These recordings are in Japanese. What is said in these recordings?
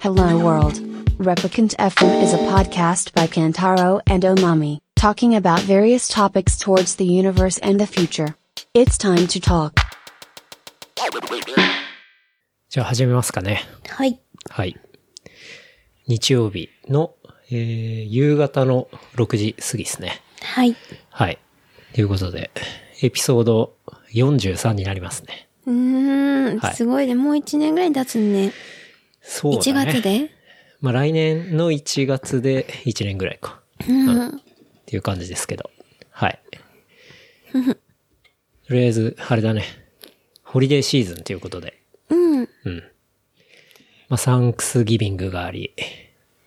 Hello World. Replicant FM is a podcast by Kantaro and Omami, talking about various topics towards the universe and the future. It's time to talk. じゃあ始めますかね。はい。はい。日曜日の、えー夕方の6時過ぎですね。はい。はい。ということで、エピソード43になりますね。うーん、はいすごいね。もう1年ぐらい経つね。そうだ1ね。月でまあ来年の1月で1年ぐらいか。うんっていう感じですけど。はい。とりあえず、あれだね。ホリデーシーズンということで。うん。まあ、サンクスギビングがあり、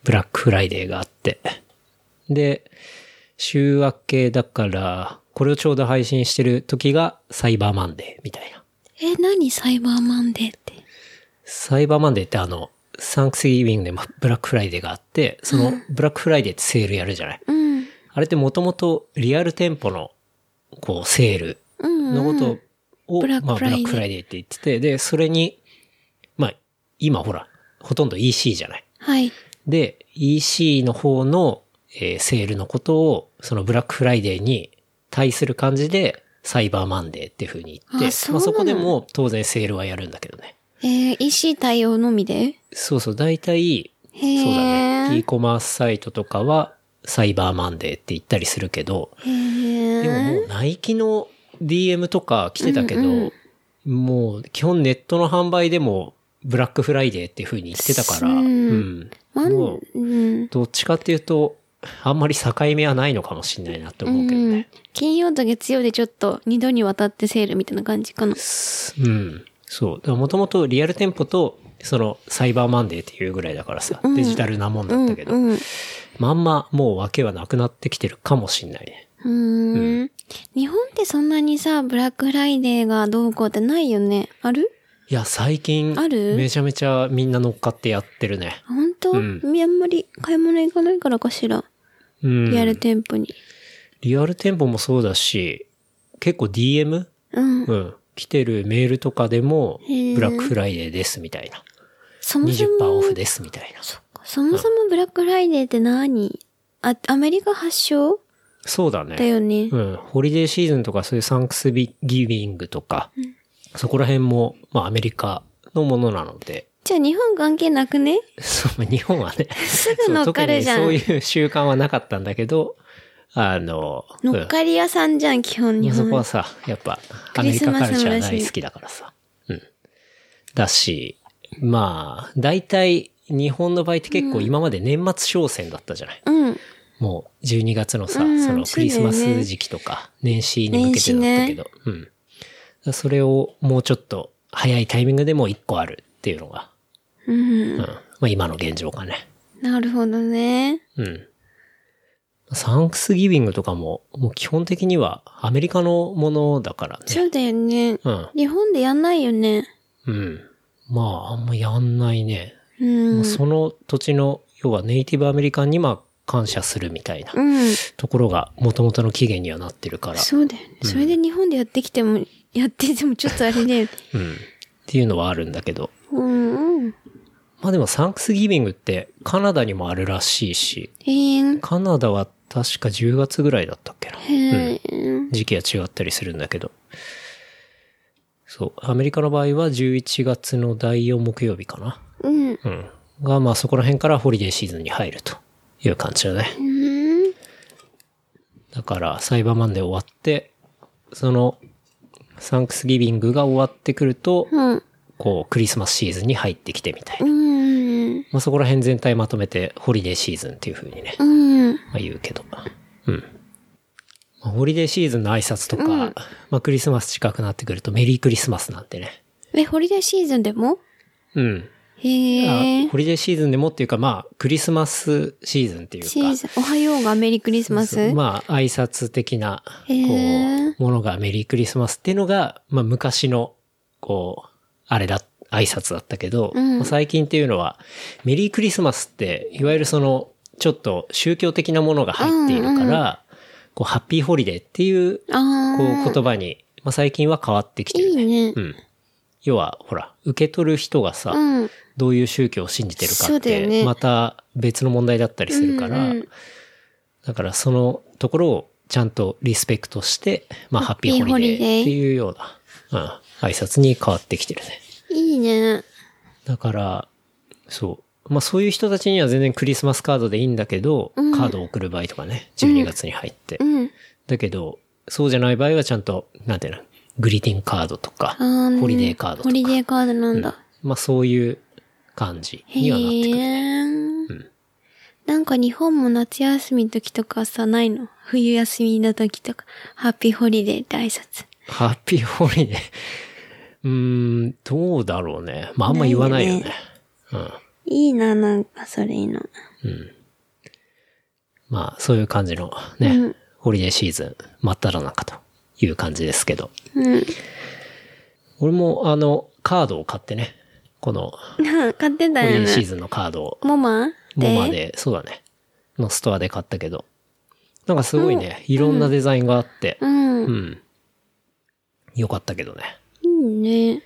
ブラックフライデーがあって。で、週明けだから、これをちょうど配信してる時がサイバーマンデーみたいな。え、何サイバーマンデーって。サイバーマンデーってあの、サンクスギビングでまブラックフライデーがあって、そのブラックフライデーってセールやるじゃない。うん。あれってもともとリアル店舗の、こう、セールのことを、ブラックまあ、フブライラデッークフライデーって言ってて、で、それに、まあ、今ほら、ほとんど EC じゃない。はい。で、EC の方の、えーセールのことを、そのブラックフライデーに対する感じで、サイバーマンデーっていう風に言って、あそうまなあ、のそこでも当然セールはやるんだけどね。えー、EC 対応のみでそうそう、大体、へそうえ。だね。e コマースサイトとかは、サイバーマンデーって言ったりするけど、へでもえ。もうナイキの DM とか来てたけど、もう基本ネットの販売でもブラックフライデーっていう風に言ってたから、うんうんマンもううん。どっちかっていうと、あんまり境目はないのかもしれないなって思うけどうんね。。金曜と月曜でちょっと二度にわたってセールみたいな感じかうん。な。そう。だからもともとリアル店舗と、そのサイバーマンデーっていうぐらいだからさ、デジタルなもんだったけど、うん。うまんまもう訳はなくなってきてるかもしんないね。ーん。日本ってそんなにさ、ブラックフライデーがどうこうってないよね。あるいや、最近、あるめちゃめちゃみんな乗っかってやってるね。本当、うんみあんまり買い物行かないからかしら。うん。リアル店舗に。リアル店舗もそうだし、結構 DM? うん。うん。来てるメールとかでもへ、ーブラックフライデーですみたいな。そもそ20%も、オフですみたいな。そもそもブラックフライデーって何あ、アメリカ発祥そうだね。だよね。うん。ホリデーシーズンとかそういうサンクスギビングとか、そこら辺も、まあアメリカのものなので、 じゃあ日本関係なくねそう、日本はね、すぐ乗っかるじゃそう特んに。そういう習慣はなかったんだけど、あの、うん乗っかり屋さんじゃん、基本日そ本。こはさ、やっぱ、アクメリリスカマスカルチャもーだし大好きだからさ。うん。だし、まあ、大体、日本の場合って結構今まで年末商戦だったじゃない、うん。もう12月のさ、うんそのクリスマそうだよスね時期とか、年始に向けてだったけど、うん。だからそれをもうちょっと早いタイミングでもう一個あるっていうのが、うん。うん。まあ今の現状かね。なるほどね。うん。サンクスギビングとかも、もう基本的にはアメリカのものだからね。そうだよね。うん。日本でやんないよね。うん。まあ、あんまやんないね。うん。もう。うその土地の、要はネイティブアメリカンにまあ感謝するみたいなんところが元々の起源にはなってるから、そうだよね。それで日本でやってきても、やっててもちょっとあれだよね。うん。っていうのはあるんだけど。うんうん。まあでもサンクスギビングってカナダにもあるらしいし、えー、カナダは確か10月ぐらいだったっけな。へー時期は違ったりするんだけど。そう。アメリカの場合は11月の第4木曜日かな。うん。うん。が、まあそこら辺からホリデーシーズンに入るという感じだね。うん。だから、サイバーマンデー終わって、その、サンクスギビングが終わってくると、うん。こう、クリスマスシーズンに入ってきてみたいうな。ん。まあそこら辺全体まとめて、ホリデーシーズンっていう風にね、うん。まあ言うけど。うん。まあホリデーシーズンの挨拶とか、まあクリスマス近くなってくると、メリークリスマスなんてね。え、ホリデーシーズンでもうん。へあえ。ホリデーシーズンでもっていうか、まあ、クリスマスシーズンっていうか。シーズン、おはようがメリークリスマスそうまあ、挨拶的な、こへーう、ものがメリークリスマスっていうのが、まあ、昔の、こう、あれだ、挨拶だったけど、うんまあ最近っていうのは、メリークリスマスって、いわゆるその、ちょっと宗教的なものが入っているから、こう、ハッピーホリデーっていう、こあう、言葉に、まあ、最近は変わってきあ。ているいね。ねう。ん。要は、ほら、受け取る人がさ、うん。どういう宗教を信じてるかそっうだて、よねまた別の問題だったりするから、うんうんだからそのところをちゃんとリスペクトして、まあ、ハッピーホリデーっていうような、うん、挨拶に変わってきてるね。いいね。だから、そう。まあそういう人たちには全然クリスマスカードでいいんだけど、うんカードを送る場合とかね、12月に入って。うん。だけど、そうじゃない場合はちゃんと、なんていうの、グリーティングカードとか、あーホリデーカードとホか、リデーカードなんだ。まあそういう感じへにはなってくる。え、なんか日本も夏休みの時とかさ、ないの冬休みの時とか、ハッピーホリデーって挨拶。ハッピーホリデー。うーん、どうだろうね。まああんま言わないよないねよ。いいな、なんかそれいいな。まあそういう感じのね、うんホリデーシーズン真っ只中という感じですけど。 うん。俺もあの、カードを買ってね、この買ってたホリよデーシーね。ズンのカードを、モマでモマで、そうだね、のストアで買ったけど、なんかすごいね、いろんなデザインがあって、うん。うん。よかったけどね。いいね。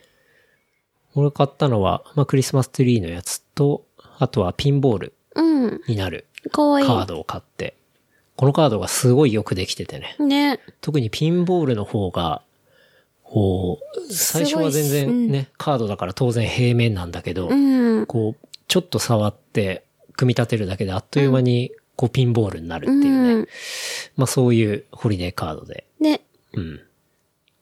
俺買ったのは、まあ、クリスマスツリーのやつと、あとはピンボールうん。になるかわいカーい。ドを買って、このカードがすごいよくできててね。ね。特にピンボールの方が、こう、最初は全すごいっすう然んね、カードだから当然平面なんだけど、うん。こう、ちょっと触って、組み立てるだけであっという間に、こう、ピンボールになるってういうね。ん。まあ、そういうホリデーカードで。ね。うん。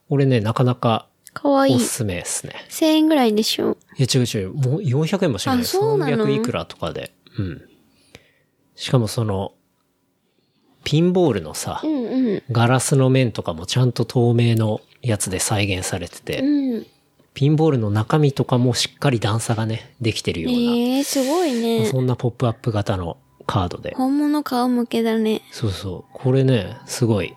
俺ね、なかなかかわいおいす。すめですね。 1000円ぐらいでしょ。いや、違う違う。もう400円もしない。あそうなの300いくらとかで。うん。しかもその、ピンボールのさ、うんうん。ガラスの面とかもちゃんと透明のやつで再現されてて、うん。ピンボールの中身とかもしっかり段差がね、できてるような、ええすごいまあね。そんなポップアップ型のカードで。本物顔向けだね。そうそう。これね、すごい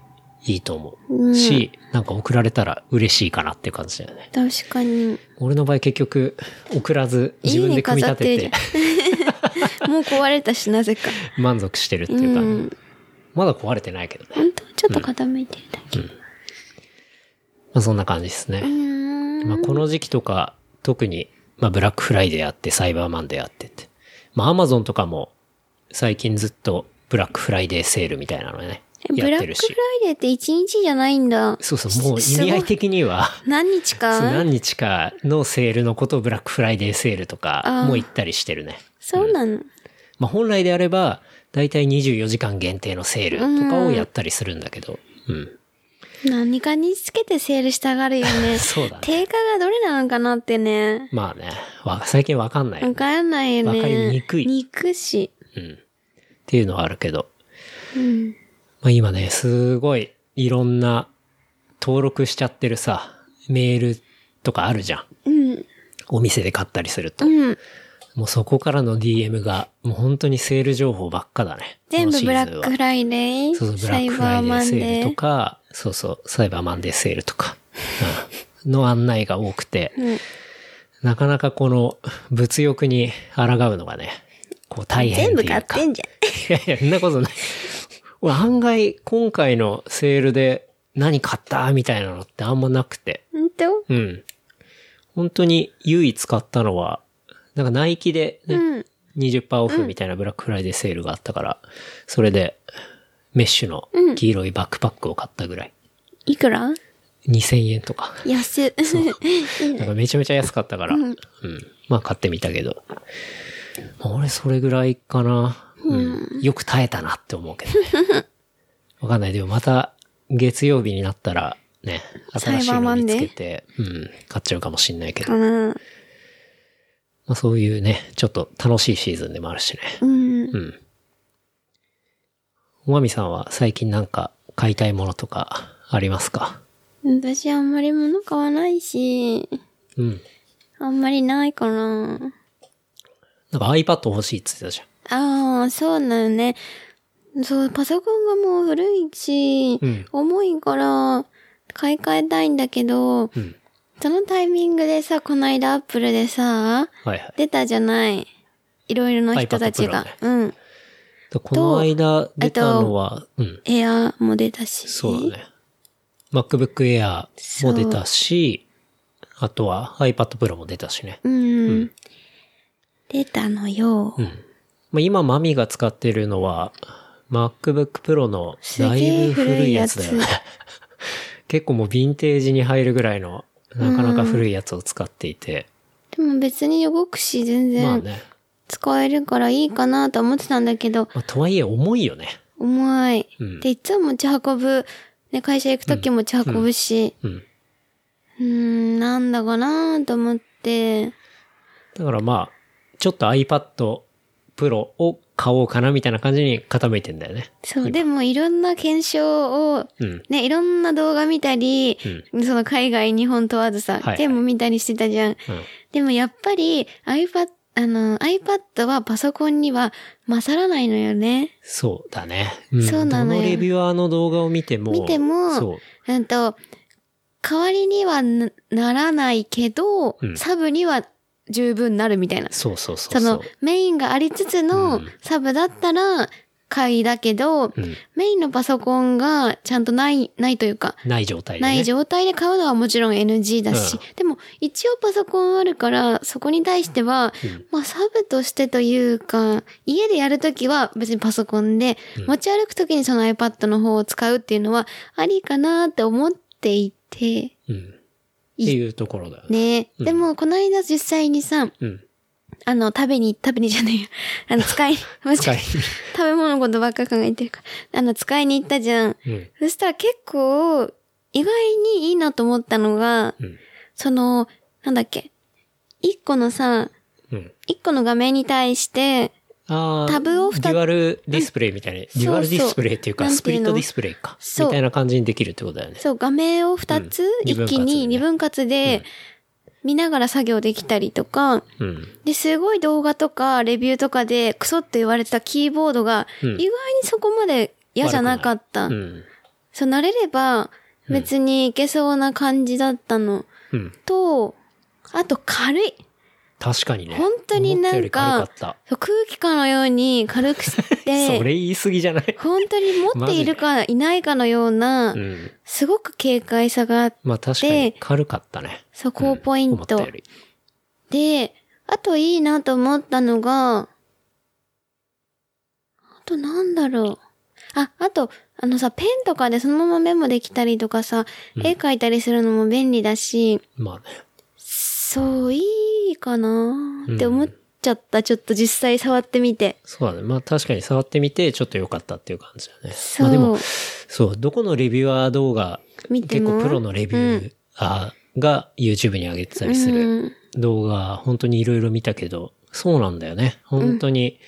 いいと思うう。んし、なんか送られたら嬉しいかなっていう感じだよね。確かに。俺の場合結局、送らず自分で組み立ていいてね飾もう壊れたし、なぜか。 満足してるってういうか、ん。まだ壊れてないけどね。本当はちょっと傾いてるだけ。まあそんな感じですうね。ん。まあこの時期とか、特に、まあブラックフライデーあって、サイバーマンデーあってって。まあアマゾンとかも、最近ずっとブラックフライデーセールみたいなのね、えブやラっックてるフライし。デーって1日じゃないんだ。そうそう、もう意すご味い合い的には、何日そうか何日かのセールのことをブラックフライデーセールとかあーも行ったりしてるね。そうなの。まあ本来であれば、だいたい24時間限定のセールとかをやったりするんだけど、うん。何かにつけてセールしたがるよ ね。そうだね。定価がどれなのかなってね。まあね、わ最近わかんないよわね。かんないよね。わかりにくい憎し。うん。っていうのはあるけど。うん。まあ今ね、すごいいろんな登録しちゃってるさ、メールとかあるじゃん。うん。お店で買ったりすると。うん。もうそこからの DM が、もう本当にセール情報ばっかだね。こ全の部シブラーズッンクはフライデー、そうそう、ブラサッイクフラバーイデマーンセーデルとー。か、そうそう、サイバーマンデーセールとか、うん、の案内が多くて、うんなかなかこの物欲に抗うのがね、こう大変全って部いう買か。ってんじゃいやいや、そんなことない。俺案外、今回のセールで何買ったみたいなのってあんまなくて。ん。本う当ん。本当に唯一買ったのは、なんかナイキでね、うん。 20%オフみたいなブラックフライデーセールがあったから、それで、メッシュの黄色いバックパックを買ったぐらい。いくら2000円とか。安。なんかめちゃめちゃ安かったから、うん。まあ買ってみたけど。まあ俺それぐらいかな。うん。よく耐えたなって思うけどね。 わかんない。でもまた月曜日になったらね、新しいサイバーマの見ンデつーけて、うん、買っちゃうかもしんないけど。かまな。あそういうね、ちょっと楽しいシーズンでもあるしね。 うん。うん。おまみさんは最近なんか買いたいものとかありますか私あんまり物買わないし、うん。あんまりないかなな。んか iPad 欲しいって言ってたじああ、そうなのね。そう、パソコンがもう古いし、うん重いから、買い替えたいんだけゃど、ん。うん。そのタイミングでさ、こないだアップルではさ、いはい。出たじゃない。いろいろな人たちが iPad。うん。でこの間出たのは、うん、エアーも出たし。そうだね。MacBook Air も出たし、あとは iPad Pro も出たしね。うん。出たのよ。まあ、今、マミが使ってるのは、MacBook Pro のだいぶ古いやつだよねすげえ古いや。 結構もうヴィンテージに入るぐらいの、なかなか古いやつを使っていて。でも別に動くし、全まあ然ね。使えるからいいかなと思ってたんだけど、まあ、とはいえ重いよね。重い。うんで、いつも持ち運ぶ。ね、会社行くときも持ち運ぶし、うん。うーん、なんだかなと思って、だからまあ、ちょっと iPad Pro を買おうかなみたいな感じに傾いてんだよね。そう、でもいろんな検証を、うん。ね、いろんな動画見たり、その海外、日本問わずさいは、いでも見たりしてたじゃん。うん。でもやっぱり iPad、あの、iPad はパソコンには勝らないのよね。そうだね。んそうなのよどのレビュアーの動画を見ても。見てもそう。うんと、代わりにはなならないけど、うんサブには十分なるみたいな。そうそうそう。そうのメインがありつつうのんサブだったら買いだけど、うんメインのパソコンがちゃんとない、ないというか、ない状態で、ね。ない状態で買うのはもちろん NG だし、うんでも一応パソコンあるから、そこに対しては、まあサブとしてというか、家でやるときは別にパソコンで、持ち歩くときにその iPad の方を使うっていうのはありかなって思っていて、うん。っていうところだよね。ね、んでもこの間実際にさ、うん。あの、食べに、食べにじゃねえよ。あの、使い、間違えた 使い 食べ物のことばっか考えてるから。あの、使いに行ったじゃん。うん。そしたら結構、意外にいいなと思ったのが、うん。その、なんだっけ。一個のさ、うん。一個の画面に対して、あータブを二つデュアルディスプレイみたいな、デュアルディスプレイっていうか、そうそうスプリッなトんていうのディスプレイか。そうみたいな感じにできるってことだよね。そう、画面を二つ、うん一気に二二分割で、見ながら作業できたりとか、うん。で、すごい動画とか、レビューとかで、クソって言われたキーボードが、うん意外にそこまで嫌じゃなかった。うん。そう、慣れれば、別にいけそうな感じだったの。うん。と、あと軽い。確かにね。本当になん思かったより軽かっそう空気感のように軽く した。そて、れ言い過ぎじゃない本当に持っているかいないかのようなう、ん。すごく軽快さがあって、まあ確かに軽かったね。そこをポイン思ったトよ。り。で、あといいなと思ったのが、あとなんだろう。あ、あと、あのさ、ペンとかでそのままメモできたりとかさ、絵描いたりするのも便利だし、まあね。そう、いいかなって思っちゃった。ちょっと実際触ってみて。そうだね。まあ確かに触ってみて、ちょっと良かったっていう感じだね。そうまあでも、そう、どこのレビュアー動画、見て結も構プロのレビューあーが YouTube に上げてたりするうん動画、本当にいろいろ見たけど、そうなんだよね。本当に、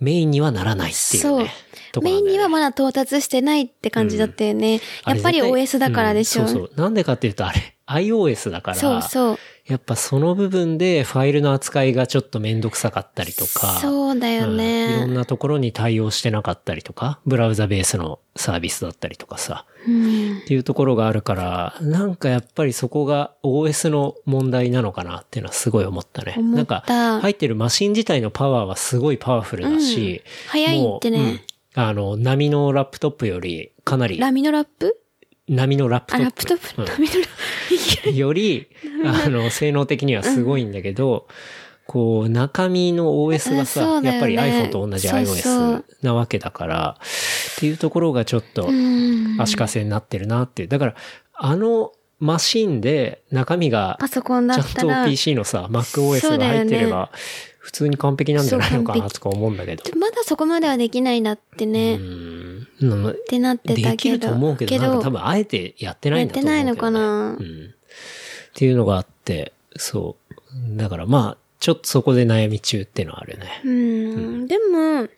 メインにはならないっていうそうね。とこメなイんンだよねにはまだ到達してないって感じだったよね。あやれっぱり絶対 OS だからでしょ。うんそうそう。なんでかっていうと、あれ、iOS だから、そうそうやっぱその部分でファイルの扱いがちょっとめんどくさかったりとか、そうだようんいろんね。なところに対応してなかったりとか、ブラウザベースのサービスだったりとかさ、うんっていうところがあるから、なんかやっぱりそこが OS の問題なのかなっていうのはすごい思ったね。思なっんかた入ってるマシン自体のパワーはすごいパワフルだし、早いってもううんね。あの、波のラップトップよりかなり、ラミのラップ波のラップトあ、ップ。ラップトップ。うんラミのラップ。いけ るよ り、あの、性能的にはすごいんだけど、こう、中身の OS がうんそさ、うだやっよぱねり iPhone と同じそうそう iOS なわけだから、っていうところがちょっとうん足かせになってるなっていう。だから、あのマシンで中身がパソコンだちっゃたら、んと PC のさ、そう MacOS だがよね入ってれば、普通に完璧なんじゃないのかそう完なとか思うんだけど。まだそこまではできないなってね。うっん。なのてなってたできけるど。と思うけど、なんか多分あえてやってないんだと思うけど、ね。やってないのかなうん。っていうのがあって、そう。だからまあ、ちょっとそこで悩み中っていうのはあるよね。うん、でも、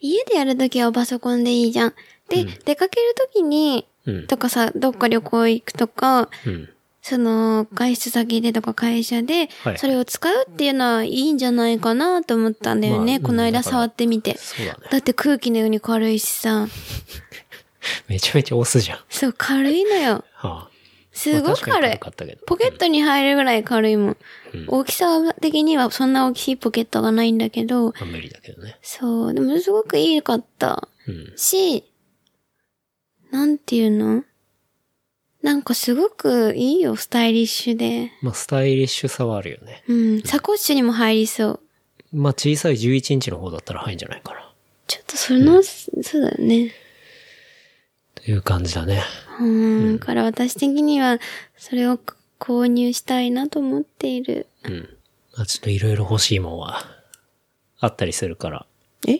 家でやるときはパソコンでいいじゃん。で、出かけるときに、うん。とかさ、どっか旅行行くとか、うん。その、外出先でとか会社では、いそれを使うっていうのはいいんじゃないかなと思ったんだよね。まあこのう間んだから触ってみて。そうだね。だって空気のように軽いしさ。めちゃめちゃ押すじゃん。そう、軽いのよ。はあ、すごまあく確かに軽い。かったけど。ポケットに入るぐらい軽いもん。大きさ的にはそんな大きいポケットがないんだけど、まあ無理だけどね。そう、でもすごくいいかった。うん。し、なんていうのなんかすごくいいよ、スタイリッシュで。まあ、スタイリッシュさはあるよね。うん、サコッシュにも入りそう。まあ、小さい11インチの方だったら入んじゃないかな。ちょっとその、そうだよね。という感じだね。うん、だから私的には、それを購入したいなと思っている。うん。まあ、ちょっといろいろ欲しいもんは、あったりするから。え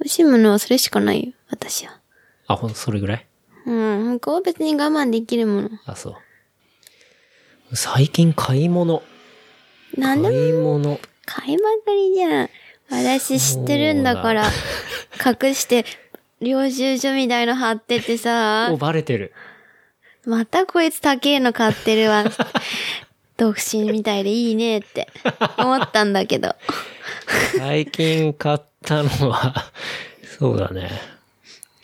欲しいものはそれしかないよ、私は。あ、ほん、それぐらいうん、他は別に我慢できるもの。あ、そう。最近買い物。なんでも買い物。買いまくりじゃん。私知ってるんだから、隠して、領収書みたいの貼っててさお、、バレてる。またこいつ高えの買ってるわ。独身みたいでいいねって思ったんだけ ど。最近買ったのは、 そうだね。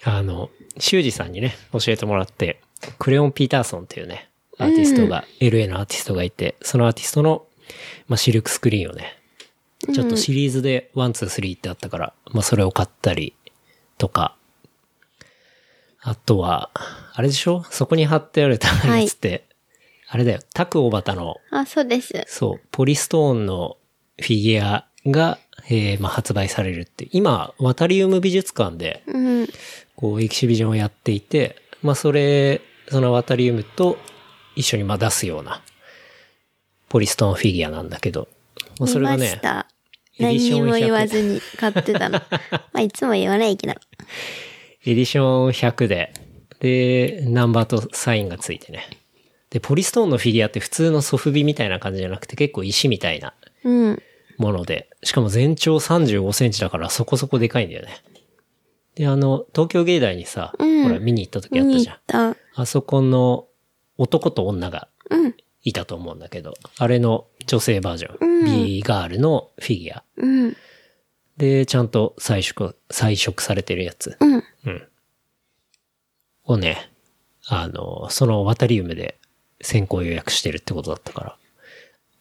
あの、修二さんにね、教えてもらって、クレヨン・ピーターソンっていうね、アーティストが、LA のアーティストがいて、そのアーティストの、まあ、シルクスクリーンをね、ちょっとシリーズで1、2、3ってあったから、まあ、それを買ったりとか、あとは、あれでしょそこに貼ってあるためのやつって、あれだよ、タク・オバタのあ、そうです。そう、ポリストーンのフィギュアが、えーまあ、発売されるって。今、ワタリウム美術館で、うん。こう、エキシビジョンをやっていて、まあ、それ、そのワタリウムと一緒にまあ出すような、ポリストーンフィギュアなんだけど、まあ、それが見まねし、た。エディ何ショにン100も言わずに買って たの。まあ、いつも言わないけど。エディション100で、で、ナンバーとサインがついてね。で、ポリストーンのフィギュアって普通のソフビみたいな感じじゃなくて結構石みたいなうん。もので、しかも全長35センチだからそこそこでかいんだよね。で、あの、東京芸大にさ、うんほら見に行った時見あったにじ行ゃんっ。た。あそこの男と女がうん。いたと思うんだけど、あれの女性バージョン、うん B ガールのフィギュア。うん。で、ちゃんと彩色、彩色されてるやつうん。をね、あの、そのワタリウムで先行予約してるってことだったか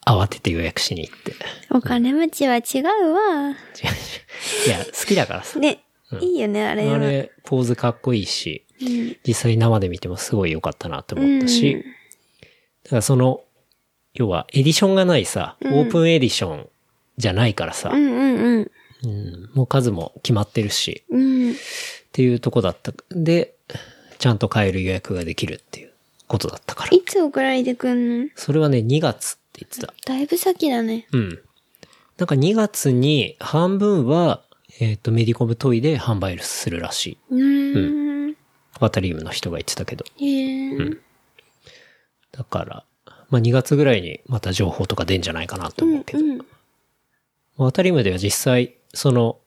ら、慌てて予約しに行って。お金持ちは違うわ。違う違ういや、好きだからさ。ね、いいよ ね、あれは。あれ、ポーズかっこいいし、うん実際生で見てもすごい良かったなって思ったし、だからその、要はエディションがないさ、うんオープンエディションじゃないからさう、んうんうんもう数も決まってるし、うん。うっん。ていうとこだった。で、ちゃんと買える予約ができるっていうことだったから。いつ送られてくんのそれはね、2月って言ってた。だいぶ先だね。うん。なんか2月に半分は、えっ、と、メディコムトイで販売するらしい。うーん。ワタリウムの人が言ってたけど。へーだから、まあ、2月ぐらいにまた情報とか出んじゃないかなと思うけど。うん。まあ、タリウムでは実際、その、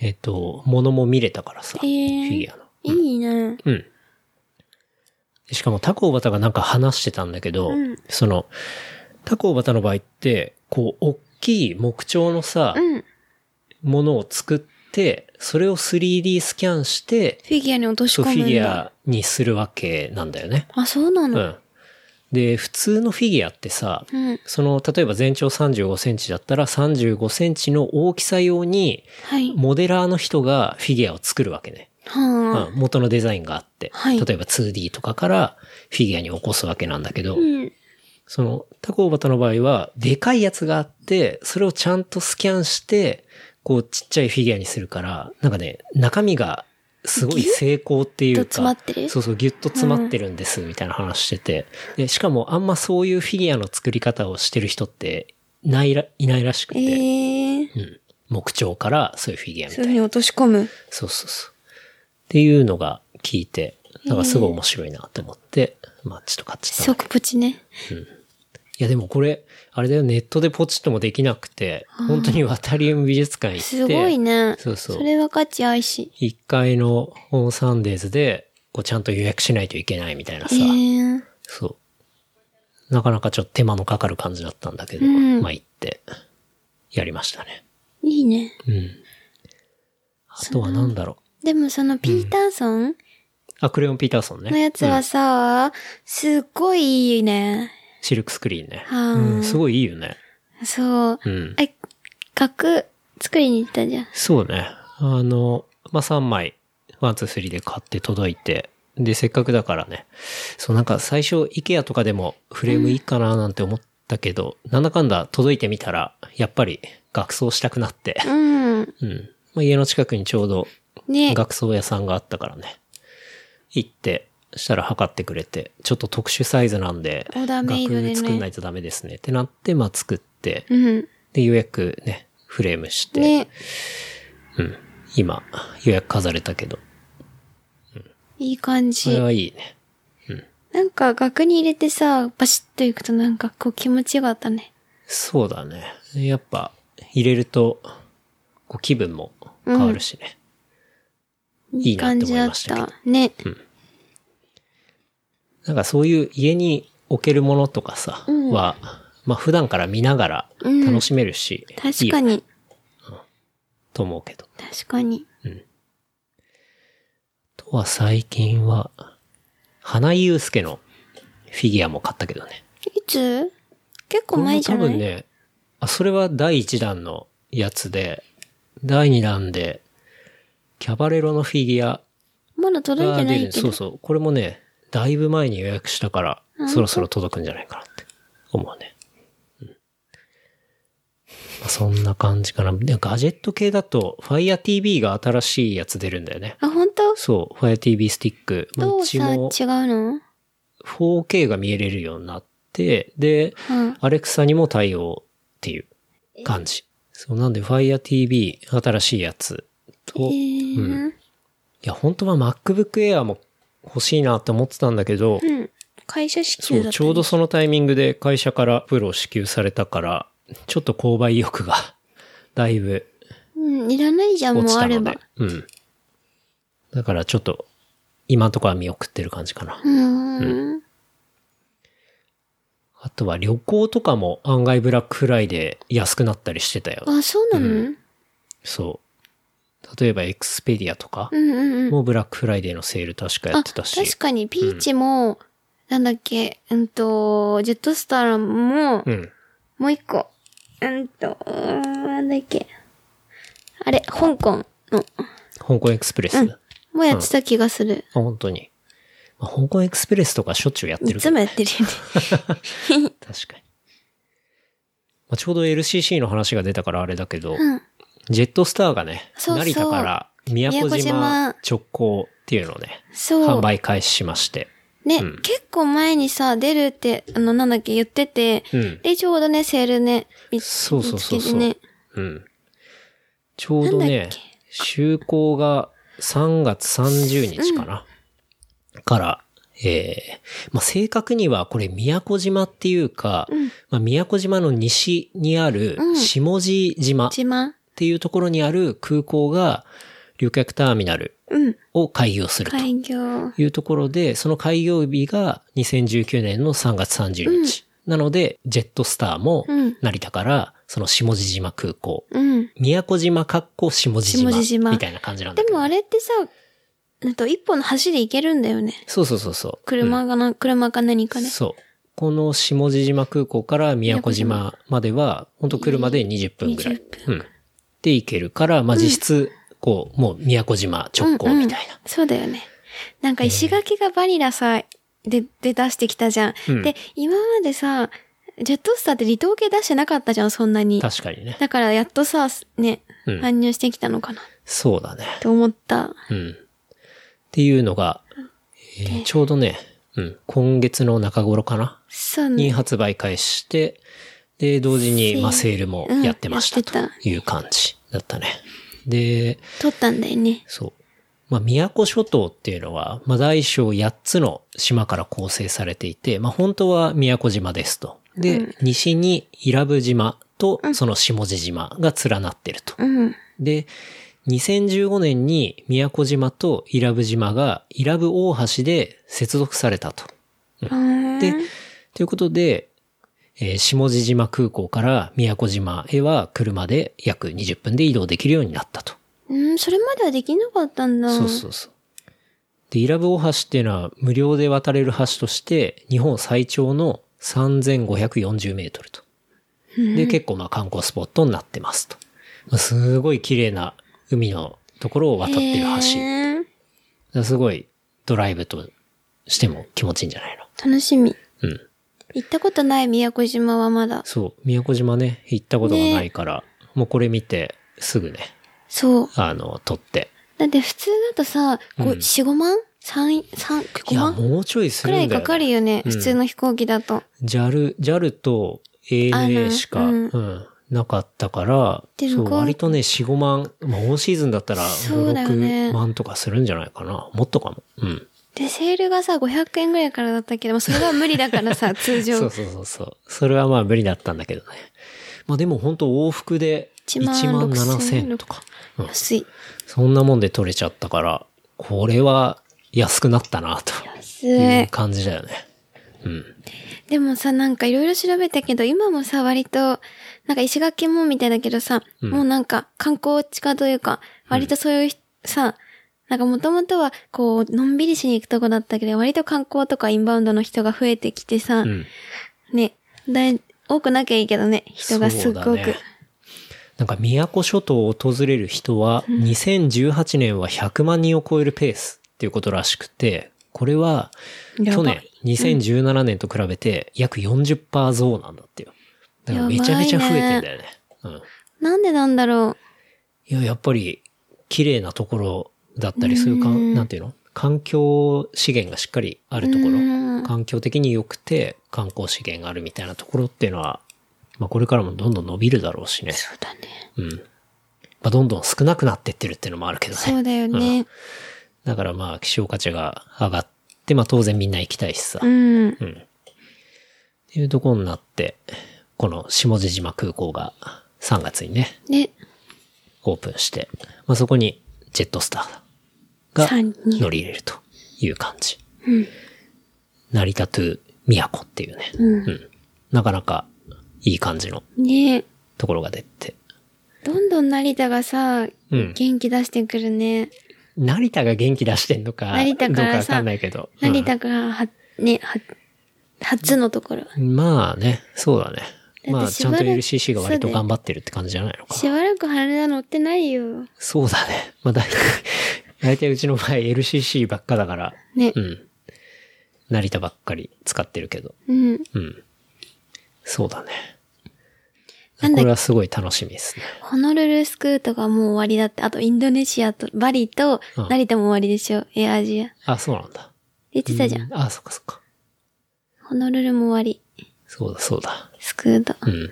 えっ、と、ものも見れたからさ、へーフィギュアの。いいな。うん。でしかもタコオバタがなんか話してたんだけど、うんその、タコオバタの場合って、こう、大きい木彫のさ、うん。フものを作って、それを 3D スキャンして、ィギュアに落としそう込フむんだ。ィギュアにするわけなんだよね。あ、そうなうのん。で、普通のフィギュアってさ、うん。その、例えば全長35センチだったら35センチの大きさ用に、はい。モデラーの人がフィギュアを作るわけね。はうん、元のデザインがあって、はい例えば 2D とかからフィギュアに起こすわけなんだけど、あ。うん。そのタコオバタの場合は、でかいやつがあって、それをちゃんとスキャンして、こうちっちゃいフィギュアにするから、なんかね、中身がすごい成功っていうか、ギュッと詰まってるそうそう、ギュッと詰まってるんです、みたいな話してて、で、しかもあんまそういうフィギュアの作り方をしてる人って、ないら、いないらしくて、えうえ。ん。木彫からそういうフィギュアみたいなそういうふうに落とし込む。そうそうそう。っていうのが聞いて、なんかすごい面白いなと思って、まあちょっと買っちゃった。い即プチね。やでもこれ、あれだよ、ネットでポチッともできなくて、本当にワタリウム美術館行って、すごいね。そうそうそれは価値あいし。 1階のオンサンデーズで、こうちゃんと予約しないといけないみたいなさえ、え。そう。なかなかちょっと手間のかかる感じだったんだけど、うんまあ行って、やりましたね。いいね。うん。あとはなんだろでもそのピーターソンう。あ、クレヨン・ピーターソンね。のやつはさ、すっごいいいね。シルクスクリーンね。はあうん、すごいいいよね。そう。うん。あ、額作りに行ったじゃん。そうね。あの、まあ、3枚、ワン、ツー、スリーで買って届いて、で、せっかくだからね。そう、なんか最初、IKEA とかでもフレームいいかななんて思ったけど、なんだかんだ届いてみたら、やっぱり学装したくなって。うん。うん。まあ、家の近くにちょうどね。学装屋さんがあったからね。行って、したら測ってくれて、ちょっと特殊サイズなんで、オーダーメイドでね額作んないとダメですねってなって、まあ作って、うん。で、ようやくね、フレームして、ね。うん。今、予約飾れたけど、いい感これじ。はいいね。なんか額に入れてさ、バシッといくとなんかこう気持ちよかったね。そうだね。やっぱ、入れると、こう気分も変わるしね。いいなって思いましたけど感じだった。ね。なんかそういう家に置けるものとかさ、うんは、まあ普段から見ながらうん楽しめるし、い確いかに。と思うけど。確かに。あとは最近は、花井祐介のフィギュアも買ったけどね。いつ結構前じゃなこれも多分いね、あ、それは第1弾のやつで、第2弾で、キャバレロのフィギュアまだ届いてがな出いる。けそどう。そう。これもね、だいぶ前に予約したから、んそろそろ届くんじゃないかなって思うね。うんまあそんな感じかな。でガジェット系だと、Fire TV が新しいやつ出るんだよね。あ、本当そう、Fire TV スティック。まあどううちさ、違うもの 4K が見えれるようになって、で、うん。アレクサにも対応っていう感じ。そうなんで Fire TV 新しいやつと、えいーや本当は MacBook Air も欲しいなって思ってたんだけど、うん。会社支そ給だった、う、ちょうど。そのタイミングで会社からプロを支給されたから、ちょっと購買意欲が だいぶうん、いらないじゃん、落もうちあたれのばで。。うん。だからちょっと、今んとこは見送ってる感じかな。うん。あとは旅行とかも案外ブラックフライで安くなったりしてたよ。あ、そうなの、うん、そう。例えばエクスペディアとかうんう んもブラックフライデーのセール確かやあ、ってたし。確かに、ピーチも、なんだっけ、うんと、ジェットスターも、うん。もう一個、うんと、なんだっけ。あれ、香港の、香港エクスプレス。あ、もうやってた気がする。本当に。まあ香港エクスプレスとかしょっちゅうやっているけつど。もやってるよ ね。確かに。まあ、ちょうど LCC の話が出たからあれだけど、うん。ジェットスターがね、そうそう成田から宮古宮古島島直行っていうのをね、そう。販売開始しまして。ね、うん結構前にさ、出るって、あの、なんだっけ、言ってて、うん。で、ちょうどね、セールね、見そうそうそうそう見つけてね。うん。ちょうどなんだねっけ、就航が3月30日かな。から、えーまあ、正確にはこれ宮古島っていうか、まあ、宮古島の西にあるうん下地島っ自慢ていうところにある空港が旅客ターミナルうん。を開業すると開業。いうところで、その開業日が2019年の3月30日。なので、ジェットスターもうん成田からその下地島空港うん。宮古島かっこ下地島下地島みたいな感じなんだでけど。もあれってさ、うんと、一本の橋で行けるんだよね。そうそうそうそう。車がな、車か何かね。そう。この下地島空港から宮古島までは、本当車で20分ぐらい。 20うん。で行けるから、まあ、実質、こう、もう宮古島直行みたいな。そうだよね。なんか石垣がバニラさ、で、で出してきたじゃうん。んで、今までさ、ジェットスターって離島系出してなかったじゃん、そんなに。確かにね。だからやっとさ、ね、うん搬入してきたのかな、そうだね。と思った。うん。っていうのが、えーちょうどね、うん、今月の中頃かなそうにね。発売開始して、で、同時に、まあ、セールもやってましたうんやっとていう感じだったね。で、撮ったんだよね。そう。まあ、宮古諸島っていうのは、まあ、大小8つの島から構成されていて、まあ、本当は宮古島ですと。で、西に伊良部島と、その下地島が連なってると。うん。で、2015年に宮古島と伊良部島が伊良部大橋で接続されたと。うんで、ということで、えー下地島空港から宮古島へは車で約20分で移動できるようになったと。うん、それまではできなかったんだ。そうそうそう。で、伊良部大橋っていうのは無料で渡れる橋として、日本最長の3540メートルと。で、結構まあ観光スポットになってますと。まあすごい綺麗な海のところを渡ってる橋。だかへーらすごいドライブとしても気持ちいいんじゃない楽しみ。のうん。行ったことない宮古島はまだ。そう。宮古島ね、行ったことがないから、もうこれ見て、すぐね、そう。あの、撮って。だって普通だとさ、うん4、5万 ?3、3、い5や、万もうちょいすくるんだよ、らいね。かかるよね。うん普通の飛行機だと。 JAL、JAL とあの ANA しか、ううんん、なかったから、でそ向う、こう割とね、4、5万、まあ、オンシーズンだったら、そうだよね5、6万とかするんじゃないかな。もっとかも。うん。で、セールがさ、500円ぐらいからだったけど、まあそれは無理だからさ、通 そ常う。そうそうそう。それはまあ無理だったんだけどね。まあでも本当往復で1 1万万7000 7000円とか。うん安い。そんなもんで取れちゃったから、これは安くなったな、安とい。いう感じだよね。うん。でもさ、なんかいろいろ調べたけど、今もさ、割と、なんか石垣もみたいだけどさ、んもうなんか観光地化というか、割とそういうひ、さ、なんかもともとは、こう、のんびりしに行くとこだったけど、割と観光とかインバウンドの人が増えてきてさ、うん。ね、だい、多くなきゃいいけどね、人がすっごそうく。だねなんか宮古諸島を訪れる人は2018年は100万人を超えるペースっていうことらしくて、これはや去ば年2017年と比べて約40%増なんだってよ。だからめちゃめちゃ増えてんだよね。うん。なんでなんだろいや、やっぱり綺麗なところだったり、そういうかうんん、なんていうの環境資源がしっかりあるとこうんろ、環境的に良くて観光資源があるみたいなところっていうのは、まあこれからもどんどん伸びるだろうしねう。。そうだね。うん。まあ、どんどん少なくなってってるっていうのもあるけどそうね。だよね。だからまあ、希少価値が上がって、まあ当然みんな行きたいしさ。うっん。ていうところになって、この下地島空港が3月にね、で、オープンして、まあそこにジェットスターが三人乗り入れるという感じ。成田トゥ宮古っていうね、うんうん。なかなかいい感じのねところが出て。どんどん成田がさ、うん元気出してくるね。成田が元気出してんのか、成田どからうかわさかんないけど。うん成田が、は、ね、は、初のところ。まあね、そうだね。てまあ、しちばゃんらくと LCC が割とそうだよ頑張ってるって感じじゃないのか。しばらく羽田乗ってないよ。そうだね。まあ、大体、 大体うちの場合 LCC ばっかだから、ねう。ん。成田ばっかり使ってるけど。うん。うん。そうだね。なんだっけこれはすごい楽しみですね。ホノルルスクートがもう終わりだって。あと、インドネシアと、バリと、うん成田も終わりでしょ。エアアジア。あ、そうなんだ。言ってたじゃん。うあ、そっかそっか。ホノルルも終わり。そうだ、そうだ。スクート。うん。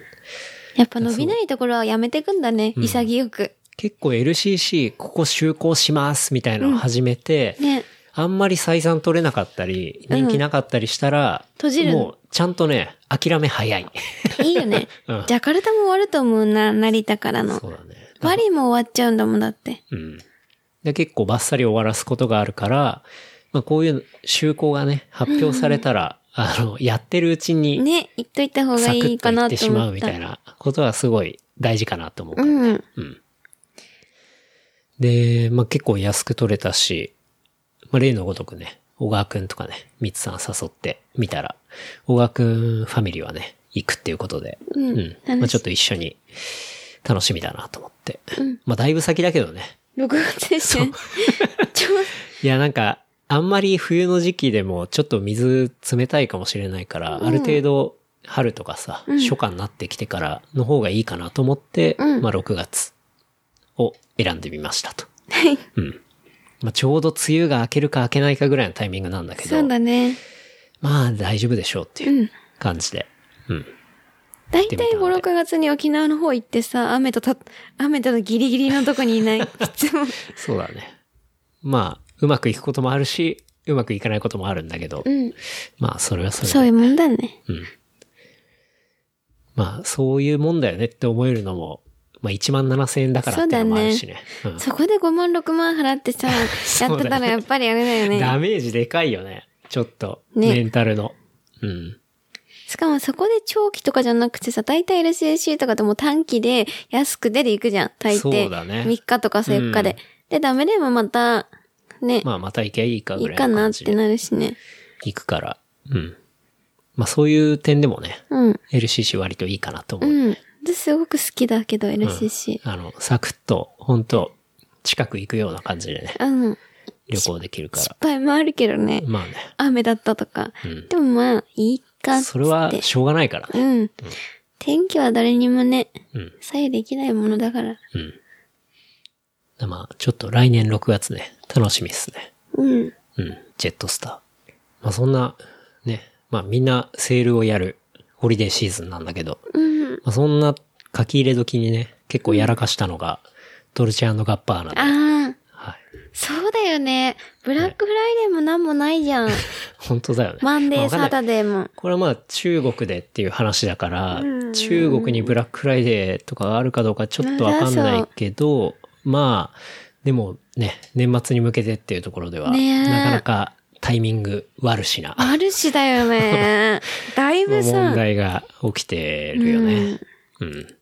やっぱ伸びないところはやめてくんだね。潔く。結構 LCC、ここ就航しますみたいなのを始めて、ね。あんまり採算取れなかったり、人気なかったりしたら、閉じるもう、ちゃんとね、諦め早 い。いいよね。うんジャカルタも終わると思うな、成田からのそ。うだね。バリも終わっちゃうんだもんだって。うん。で結構バッサリ終わらすことがあるから、まあこういう就航がね、発表されたら、あの、やってるうちに、ね、言っといた方がサクいッいかと行なってとしま思うっみたた。いなことはすごい大事かなと思うから。うん。うん。で、まあ結構安く取れたし、まあ例のごとくね、小川くんとかね、みつさん誘ってみたら、小川くんファミリーはね、行くっていうことで、うんま楽あしちょっと一緒に楽しみだなと思って。まあだいぶ先だけどね。 6月でしょ。ちょ、いやなんか、あんまり冬の時期でもちょっと水冷たいかもしれないから、ある程度春とかさ、初夏になってきてからの方がいいかなと思って、うんまあ6月を選んでみましたと。はい。うん。まあ、ちょうど梅雨が明けるか明けないかぐらいのタイミングなんだけそどう、だね。まあ大丈夫でしょうっていううん感じで。うん。だいてみたたいんで5、6月に沖縄の方行ってさ、雨とた、雨とギリギリのとこに いない。いつも。そうだね。まあ、うまくいくこともあるし、うまくいかないこともあるんだけど、うん。まあそれはそれで。そういうもんだね。うん。まあそういうもんだよねって思えるのも、まあ1万7千円だからってのもあるしね。うんそこで5万、6万払っ てさ、やってたらやっぱりあれだよね。ダメージでかいよね。ちょっと、ねメンタルの。うん。しかもそこで長期とかじゃなくてさ、大体 LCC とかでも短期で安く出で行くじゃん。大抵。そうだね3日とか4日で。うんで、ダメでもまた、ね、まあまた行けばいいかいぐいらいかのな感っじてでなるしね。行くから。うん。まあそういう点でもね、うん。 LCC 割といいかなと思う。うん。ですごく好きだけど、LCC。あの、サクッと、本当近く行くような感じでね、うん。旅行できるか失ら。敗もあるけどね。まあね。雨だったとか。うんでもまあ、いいかっつって。それはしょうがないから。うん。天気は誰にもね、うん。左右できないものだから。うん。まあ、ちょっと来年6月ね、楽しみですね。うん。うん。ジェットスター。まあそんな、ね、まあみんなセールをやるホリデーシーズンなんだけど、うん。まあそんな書き入れ時にね、結構やらかしたのが、ドルチェガッパーナで。ああ、はい。そうだよね。ブラックフライデーもなんもないじゃん。本当だよね。マンデまあわー、かんなサいタデーも。これはまあ中国でっていう話だからう、ん中国にブラックフライデーとかがあるかどうかちょっとわかんないけど、まあ、でもね、年末に向けてっていうところでは、ねえなかなかタイミング悪しなあるしだよ ね。だいぶ問さ。題が起きてるよね。うん。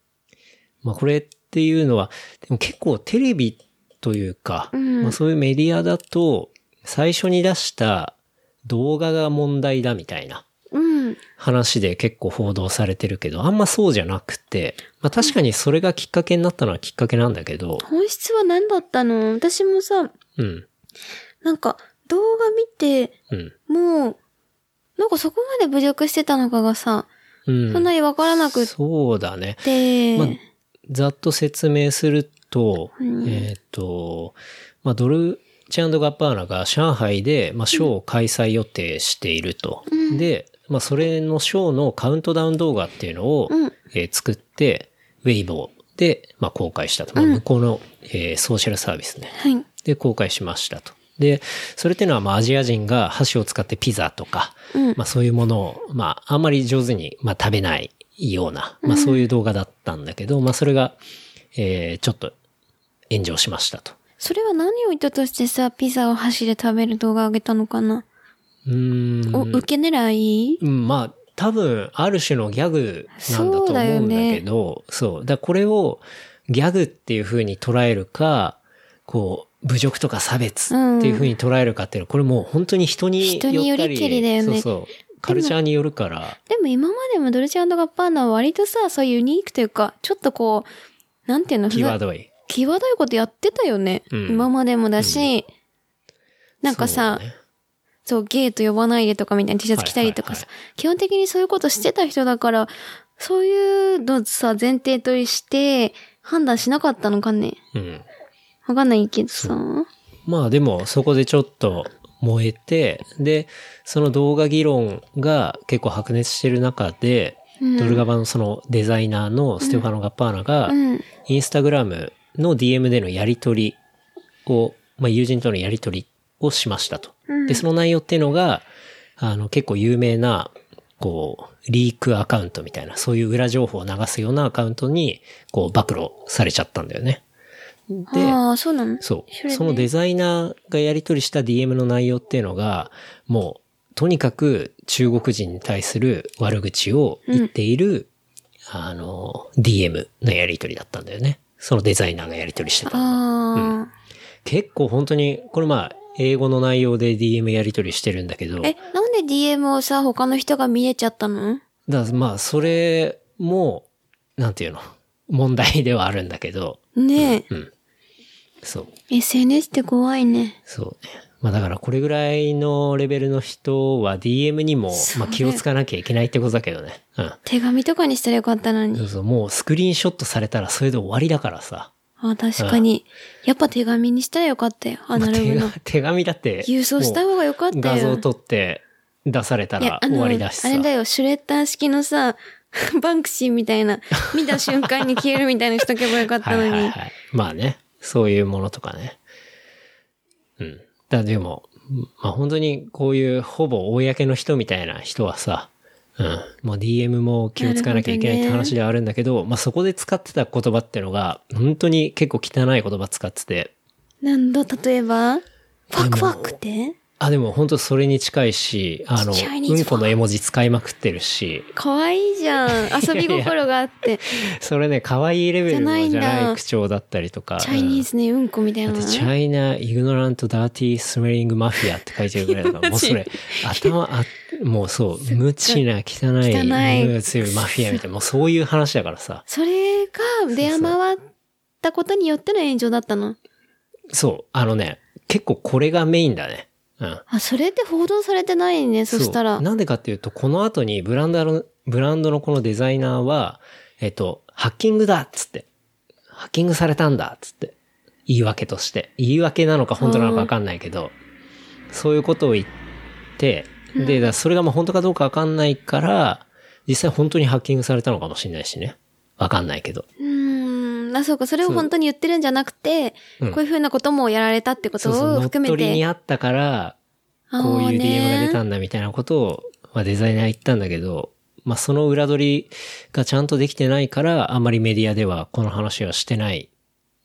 まあこれっていうのは、でも結構テレビというか、んまあそういうメディアだと、最初に出した動画が問題だみたいな。うん。話で結構報道されてるけど、あんまそうじゃなくて、まあ確かにそれがきっかけになったのはきっかけなんだけど、本質は何だったの私もさ、うん、なんか動画見て、うん、もう、なんかそこまで侮辱してたのかがさ、うん。そんなにわからなくっそうだね。て、まあ、ざっと説明すると、うんえっ、と、まあドルチェガッパーナが上海で、まあ、ショーを開催予定していると。うんで、まあそれのショーのカウントダウン動画っていうのを、うんえー作って、ウェイボーで、まあ、公開したと。まあ、向こうの、えーソーシャルサービスね。はい。で、公開しましたと。で、それっていうのは、まあ、アジア人が箸を使ってピザとか、うんまあ、そういうものを、まあ、あんまり上手に、まあ、食べないような、まあ、そういう動画だったんだけど、まあ、それが、えー、ちょっと、炎上しましたと。それは何を意図としてさ、ピザを箸で食べる動画を上げたのかな、うーん。お、受け狙いうん、まあ、多分、ある種のギャグなんだと思うんだそうだよけねど、そう,、だからこれをギャグっていう風に捉えるか、こう、侮辱とか差別っていう風に捉えるかっていうのは、これもう本当に人によったり。人によりけりだよねそうそう。カルチャーによるから、でも今までもドルチェガッパーナは割とさ、そういうユニークというか、ちょっとこう、なんていうの際どどい。際どいことやってたよね。うん今までもだし、なんかさそうだ、ねそう、ゲイと呼ばないでとかみたいな T シャツ着たりとかさ、は基本的にそういうことしてた人だから、そういうのさ、前提として判断しなかったのかね。うん。わかんないけどさ。まあでもそこでちょっと燃えて、で、その動画議論が結構白熱してる中で、うんドルガバのそのデザイナーのステファノ・ガッパーナが、うん。インスタグラムの DM でのやり取りを、まあ友人とのやり取りをしましたと。で、その内容っていうのが、あの結構有名な、こう、リークアカウントみたいな、そういう裏情報を流すようなアカウントに、こう、暴露されちゃったんだよね。で、ああ、そうなのそう。そそれでのデザイナーがやり取りした DM の内容っていうのが、もう、とにかく中国人に対する悪口を言っている、あの、DM のやり取りだったんだよね。そのデザイナーがやり取りしてた。ああ、結構本当に、これまあ、英語の内容で DM やり取りしてるんだけど、え、なんで DM をさ、他の人が見えちゃったのだからまあ、それも、なんていうの、問題ではあるんだけど、ねえ、そう。 SNS って怖いね。そうね。まあだからこれぐらいのレベルの人は DM にもそうまねあ気をつかなきゃいけないってことだけどね。うん。手紙とかにしたらよかったのそに。うそう、もうスクリーンショットされたらそれで終わりだからさ。ああ、確かに。やっぱ手紙にしたらよかったよ。アナログ手のが。手紙だって。郵送したもう方がよかったよ。画像撮って出されたいやら、あ終の、わありだしさ。れだよ、シュレッダー式のさ、 バンクシーみたいな、見た瞬間に消えるみたいなのしとけばよかったはのいに。はいはい。まあね。そういうものとかね。うん。だでも、まあ本当にこういうほぼ公の人みたいな人はさ、うん。もう DM も気をつかなきゃいけないって話ではあるんだけど、まあそこで使ってた言葉ってのが、本当に結構汚い言葉使ってて、なんだ、例えば、ファクファクってあ、でも本当それに近いし、あの、ちっちゃいにうんこの絵文字使いまくってるし、可愛いじゃん。遊び心が あって。それね、可愛いレベルのじゃじゃないなんいだ口調だったりとか。チャイニーズね、うんこみたいだなって、。チャイナ・イグノラント・ダーティー・スメリング・マフィアって書いてるぐらいだ から、もうそれ、頭、あもうそう、無知な、汚い、汚い匂強いマフィアみたいな、もうそういう話だからさ。それが出回ったことによっての炎上だったの。そう、あのね、結構これがメインだね。うん。あ、それって報道されてないね、そしたら。うなんでかっていうと、この後にブランドの、ブランドのこのデザイナーは、えっと、ハッキングだっつって。ハッキングされたんだっつって。言い訳として。言い訳なのか本当なのかわかんないけど、そういうことを言って、で、だからそれがまあ本当かどうかわかんないから、実際本当にハッキングされたのかもしれないしね。わかんないけど。うーん。あ、そうか。それを本当に言ってるんじゃなくて、うんこういうふうなこともやられたってことそうそう、を乗っ含め取りにて。あったから、あーこういう DM が出たねんだみたいなことを、まあ、デザイナー言ったんだけど、まあ、その裏取りがちゃんとできてないから、あんまりメディアではこの話はしてない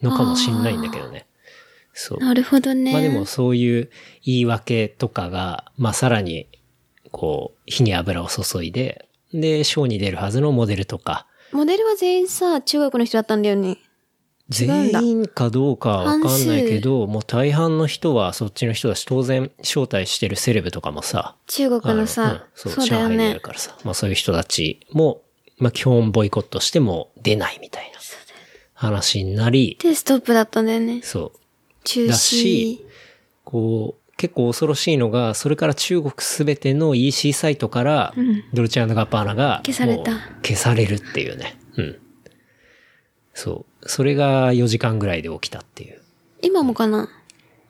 のかもしんないんだけどね。そう。なるほどね。まあでもそういう言い訳とかが、まあさらに、こう、火に油を注いで、で、ショーに出るはずのモデルとか、モデルは全員さ、中国の人だったんだよね。うんだ全員かどうかはわかんないけど、もう大半の人はそっちの人だし、当然招待してるセレブとかもさ、中国のあのうんさ、そうそうだよ上海にあねる。からさ。まあそういう人たちも、まあ基本ボイコットしても出ないみたいな話になり、で、ストップだったんだよね。そう。中だ止し。こう、結構恐ろしいのが、それから中国すべての EC サイトから、ドルチェガッパーナが、消されたもう消されるっていうね。うん。そう。それが4時間ぐらいで起きたっていう。今もかな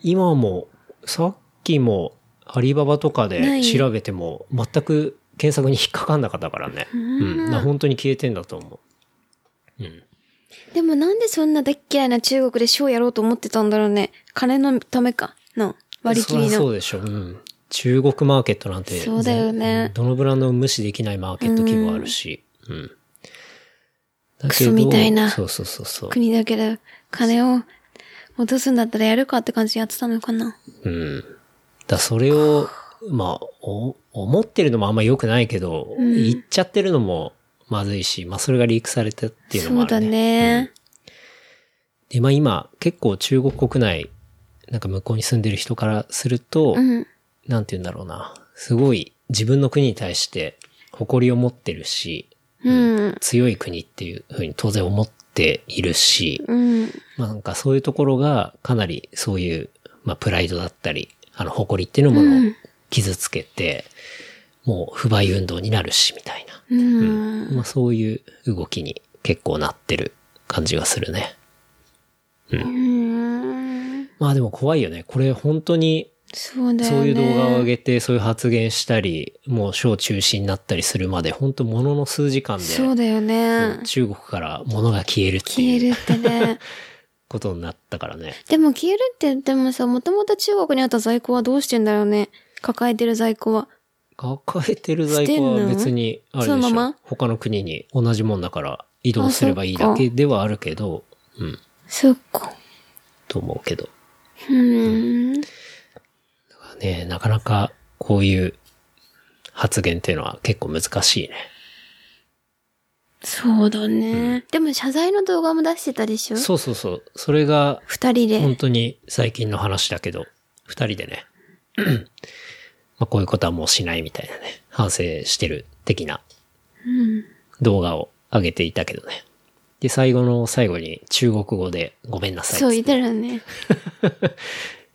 今も、さっきも、アリババとかないで調べても、全く検索に引っかかんなかったからね。うん。な本当に消えてんだと思う。うん。でもなんでそんな大っ嫌いな中国でショーやろうと思ってたんだろうね。金のためか。の割り切そりりゃそうの。でしょ。うん。中国マーケットなんて、そうだよねうんどのブランドも無視できないマーケット規模あるし。うん。だけどクソみたいなそうそうそうそう。国だけど、金を落とすんだったらやるかって感じでやってたのかな。うん。だそれを、まあ、お思ってるのもあんま良くないけど、言っちゃってるのもまずいし、まあそれがリークされたっていうのもそあうだるね。ね。で、まあ今、結構中国国内、なんか向こうに住んでる人からすると、うん。なんて言うんだろうな。すごい自分の国に対して誇りを持ってるし、うん。強い国っていうふうに当然思っているし、うん。まあなんかそういうところがかなりそういう、まあプライドだったり、あの誇りっていうものを傷つけて、もう不買運動になるし、みたいな。うん。まあそういう動きに結構なってる感じがするね。うん。まあでも怖いよね。これ本当にそうだよね。そういう動画を上げて、そういう発言したり、もう小中止になったりするまで、本当ものの数時間で、そうだよね。中国から物が消えるって消えいうるってね。 ことになったからね。でも消えるって、でもさ、もともと中国にあった在庫はどうしてんだろうね。抱えてる在庫は。抱えてる在庫は別に、あれ捨てんでしのそのまょま。他の国に同じもんだから移動すればいいだけではあるけど、うん、そっか。と思うけど。うん。ねなかなかこういう発言っていうのは結構難しいね。そうだね。でも謝罪の動画も出してたでしょそうそうそう。それが二人本で。当に最近の話だけど、二人でね、まあこういうことはもうしないみたいなね、反省してる的な動画を上げていたけどね。で、最後の最後に中国語でごめんなさいっつそっうて言ってるよね。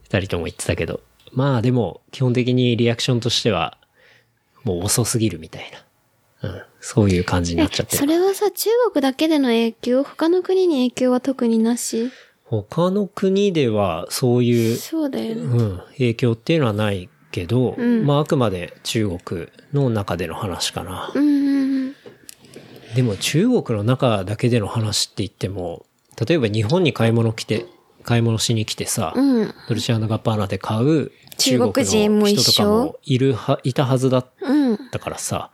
二人とも言ってたけど。まあでも、基本的にリアクションとしては、もう遅すぎるみたいな。うん。そういう感じになっちゃってそる。れはさ、中国だけでの影響他の国に影響は特になし他の国ではそういうそうだよね。うん、影響っていうのはないけど、まああくまで中国の中での話かな。うんうんでも中国の中だけでの話って言っても、例えば日本に買い物来て、買い物しに来てさ、うん。うん。ドルチアガッパーナで買う中中国国人もの一緒人とかもいるは、いたはずだっうん。たからさ、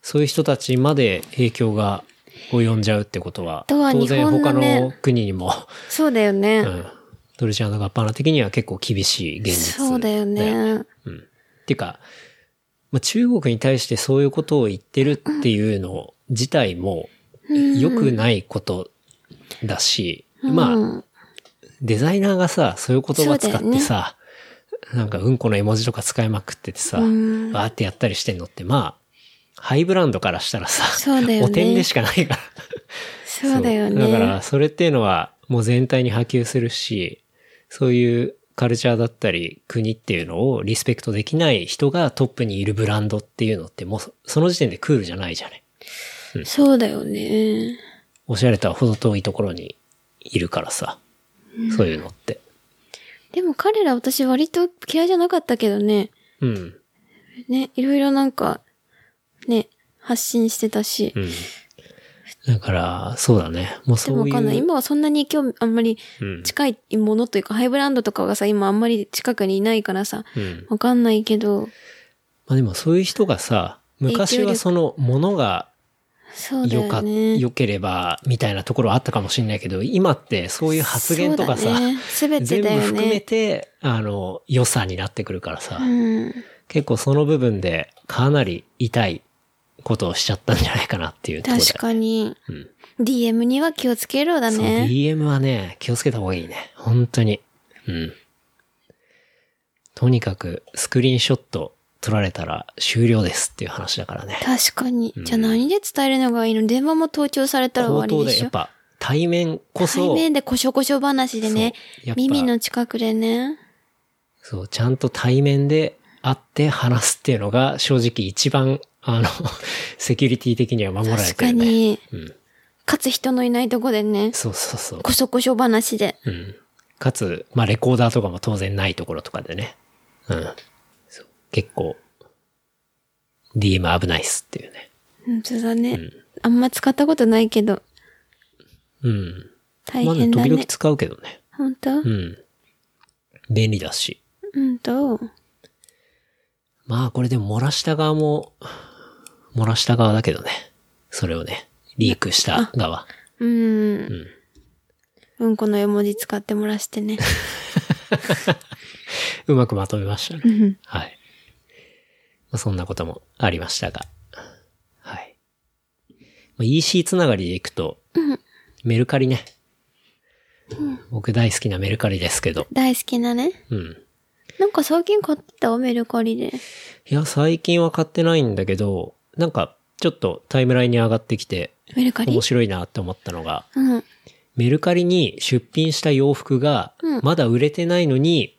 そういう人たちまで影響が及んじゃうってことは、とは当然日本他のねの国にも、そうだよね。うん、ドルチアガッパーナ的には結構厳しい現実そうだよね。うん。っていうか、まあ、中国に対してそういうことを言ってるっていうの自体も良くないことだし、うまあ、ん。デザイナーがさ、そういう言葉使そうだっよねてさ、なんかうんこの絵文字とか使いまくっててさ、わんーってやったりしてんのって、まあ、ハイブランドからしたらさ、そうだよねお点でしかないから。そうだよね。そうだから、それっていうのはもう全体に波及するし、そういうカルチャーだったり国っていうのをリスペクトできない人がトップにいるブランドっていうのってもうそその時点でクールじゃないじゃない。そうだよね。おしゃれとは程遠いところにいるからさ。そういうのって。でも彼ら私割と嫌いじゃなかったけどね。うん。ね、いろいろなんか、ね、発信してたし。うん。だから、そうだね。もうでそもうわいう。かんない。今はそんなに興味、あんまりうん。近いものというか、ハイブランドとかがさ、今あんまり近くにいないからさ、うん。わかんないけど、まあでもそういう人がさ、昔はそのものがそうだ良か、よね。良ければみたいなところあったかもしれないけど、今ってそういう発言とかそうさ、だねすべ、て全部だよ含めね。て、あの、良さになってくるからさ、うん。結構その部分でかなり痛いことをしちゃったんじゃないかなっていうところで。確かに。うん。 DM には気をつけろだそう、ね。 DM はね、気をつけた方がいいね。本当に。うん。とにかく、スクリーンショット撮られたら終了ですっていう話だからね。確かに。んじゃあ何で伝えるのがいいの電話も盗聴されたら口終わ頭りでで、しやっょぱ、対面こそ、対面でこしょこしょ話でねそうやっぱ、耳の近くでね。そう、ちゃんと対面で会って話すっていうのが正直一番、あの、 セキュリティ的には守られ確てかるね。に。うん。かつ人のいないとこでね、そうそうそう。こしょこしょ話で。うん。かつ、まあ、レコーダーとかも当然ないところとかでね。うん。そう結構、DM 危ないっすっていうね。本当だね。あんま使ったことないけど、うん。大まあね、変だ時々ね。使うけどね。本当うん。便利だし。うんと。まあ、これでも漏らした側も、漏らした側だけどね。それをね、リークした側。うん。うんこの絵文字使ってもらしてね。 うまくまとめましたね。うんはい。まあそんなこともありましたが。はい。まあ EC つながりでいくと、メルカリね。僕大好きなメルカリですけど。大好きなね。うん。なんか最近買ったメルカリで。いや、最近は買ってないんだけど、なんか、ちょっとタイムラインに上がってきて、メルカリ面白いなって思ったのが、うん。メルカリに出品した洋服がうん、まだ売れてないのに、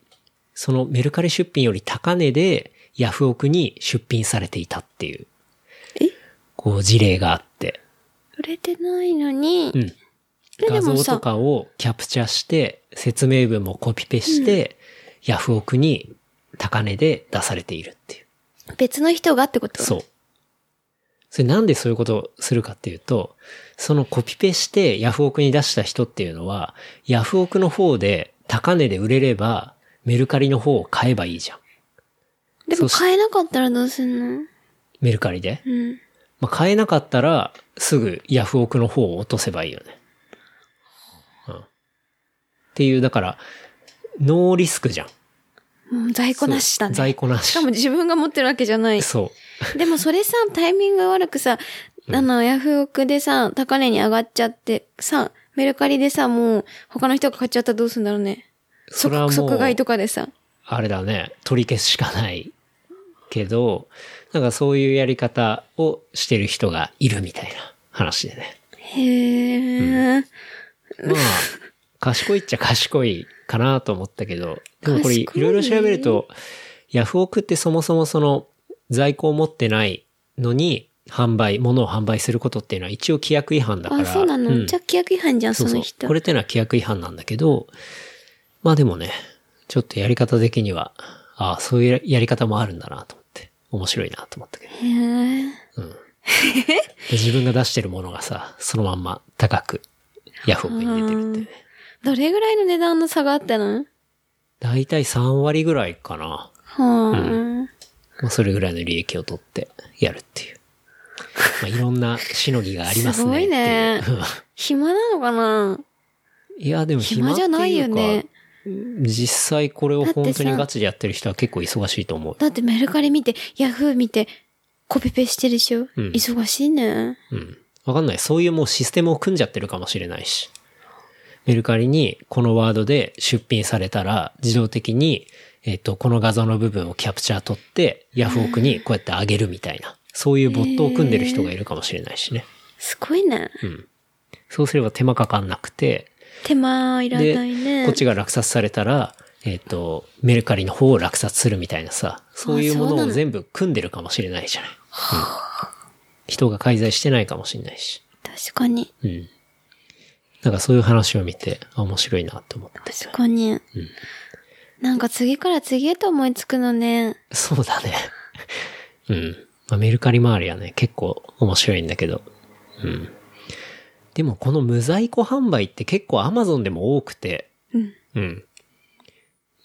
そのメルカリ出品より高値で、ヤフオクに出品されていたっていう、えこう事例があって、売れてないのに、うん。えで画も像さとかをキャプチャして、説明文もコピペして、ヤフオクに高値で出されているっていう。別の人がってことそう。それなんでそういうことをするかっていうと、そのコピペしてヤフオクに出した人っていうのは、ヤフオクの方で高値で売れれば、メルカリの方を買えばいいじゃん。でもそし買えなかったらどうすんのメルカリで。うん。まあ、買えなかったら、すぐヤフオクの方を落とせばいいよね。うん。っていう、だから、ノーリスクじゃん。もう在庫なしだね。そう在庫なし。しかも自分が持ってるわけじゃない。そう。でもそれさ、タイミング悪くさ、あの、ヤフオクでさ、高値に上がっちゃって、さ、メルカリでさ、もう、他の人が買っちゃったらどうすんだろうね。それはも即う即買いとかでさ。あれだね、取り消すしかないけど、なんかそういうやり方をしてる人がいるみたいな話でね。へえ、まあ、賢いっちゃ賢いかなと思ったけ ど、でもこれい賢いねろいろ調べると、ヤフオクってそもそもその在庫を持ってないのに販売、物を販売することっていうのは一応規約違反だから。あ、そうなの、うんじゃあ規約違反じゃん、そそうそのう人。。これってのは規約違反なんだけど、まあでもね、ちょっとやり方的には、ああ、そういうやり方もあるんだなと思って、面白いなと思ったけど。へえ。で自分が出してるものがさ、そのまんま高く、ヤフオクに出てるってね。どれぐらいの値段の差があったのだいたい3割ぐらいかな。はあ、まあそれぐらいの利益を取ってやるっていう。まあいろんなしのぎがありますね。すごいねっていう。暇なのかないや、でも暇暇じゃないよっていうねか。。実際これを本当にガチでやってる人は結構忙しいと思う。だってメルカリ見て、ヤフー見て、コピペしてるでしょ、うん忙しいね。うん。わかんない。そういうもうシステムを組んじゃってるかもしれないし。メルカリにこのワードで出品されたら自動的に、えっ、と、この画像の部分をキャプチャー取って、ヤフオクにこうやってあげるみたいな。そういうボットを組んでる人がいるかもしれないしね。すごいね。そうすれば手間かかんなくて、手間いらでないね。こっちが落札されたら、えっ、と、メルカリの方を落札するみたいなさ、そういうもそうのなをの全部組んでるかもしれないじゃない。うん、人が介在してないかもしれないし。確かに。うん。なんかそういう話を見て、あ面白いなって思 って。確かに。なんか次から次へと思いつくのね。そうだね。うん。まあ、メルカリ周りはね、結構面白いんだけど。うん。でもこの無在庫販売って結構 Amazon でも多くて。うん。うん。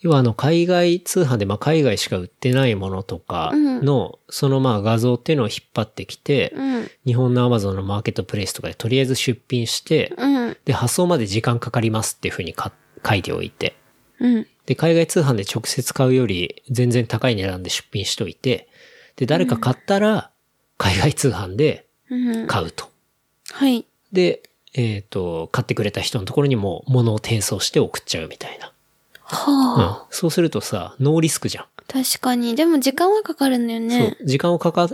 要はあの、海外通販で、まあ、海外しか売ってないものとかの、そのまあ画像っていうのを引っ張ってきて、うん。日本の Amazon のマーケットプレイスとかでとりあえず出品して、うん。で、発送まで時間かかりますっていうふうにか書いておいて。うん。で、海外通販で直接買うより全然高い値段で出品しといて、で、誰か買ったら海外通販でうん。買うと。はい。で、えっ、と、買ってくれた人のところにも物を転送して送っちゃうみたいな。うはん。あ。そうするとさ、ノーリスクじゃん。確かに。でも時間はかかるんだよね。そう。時間をかか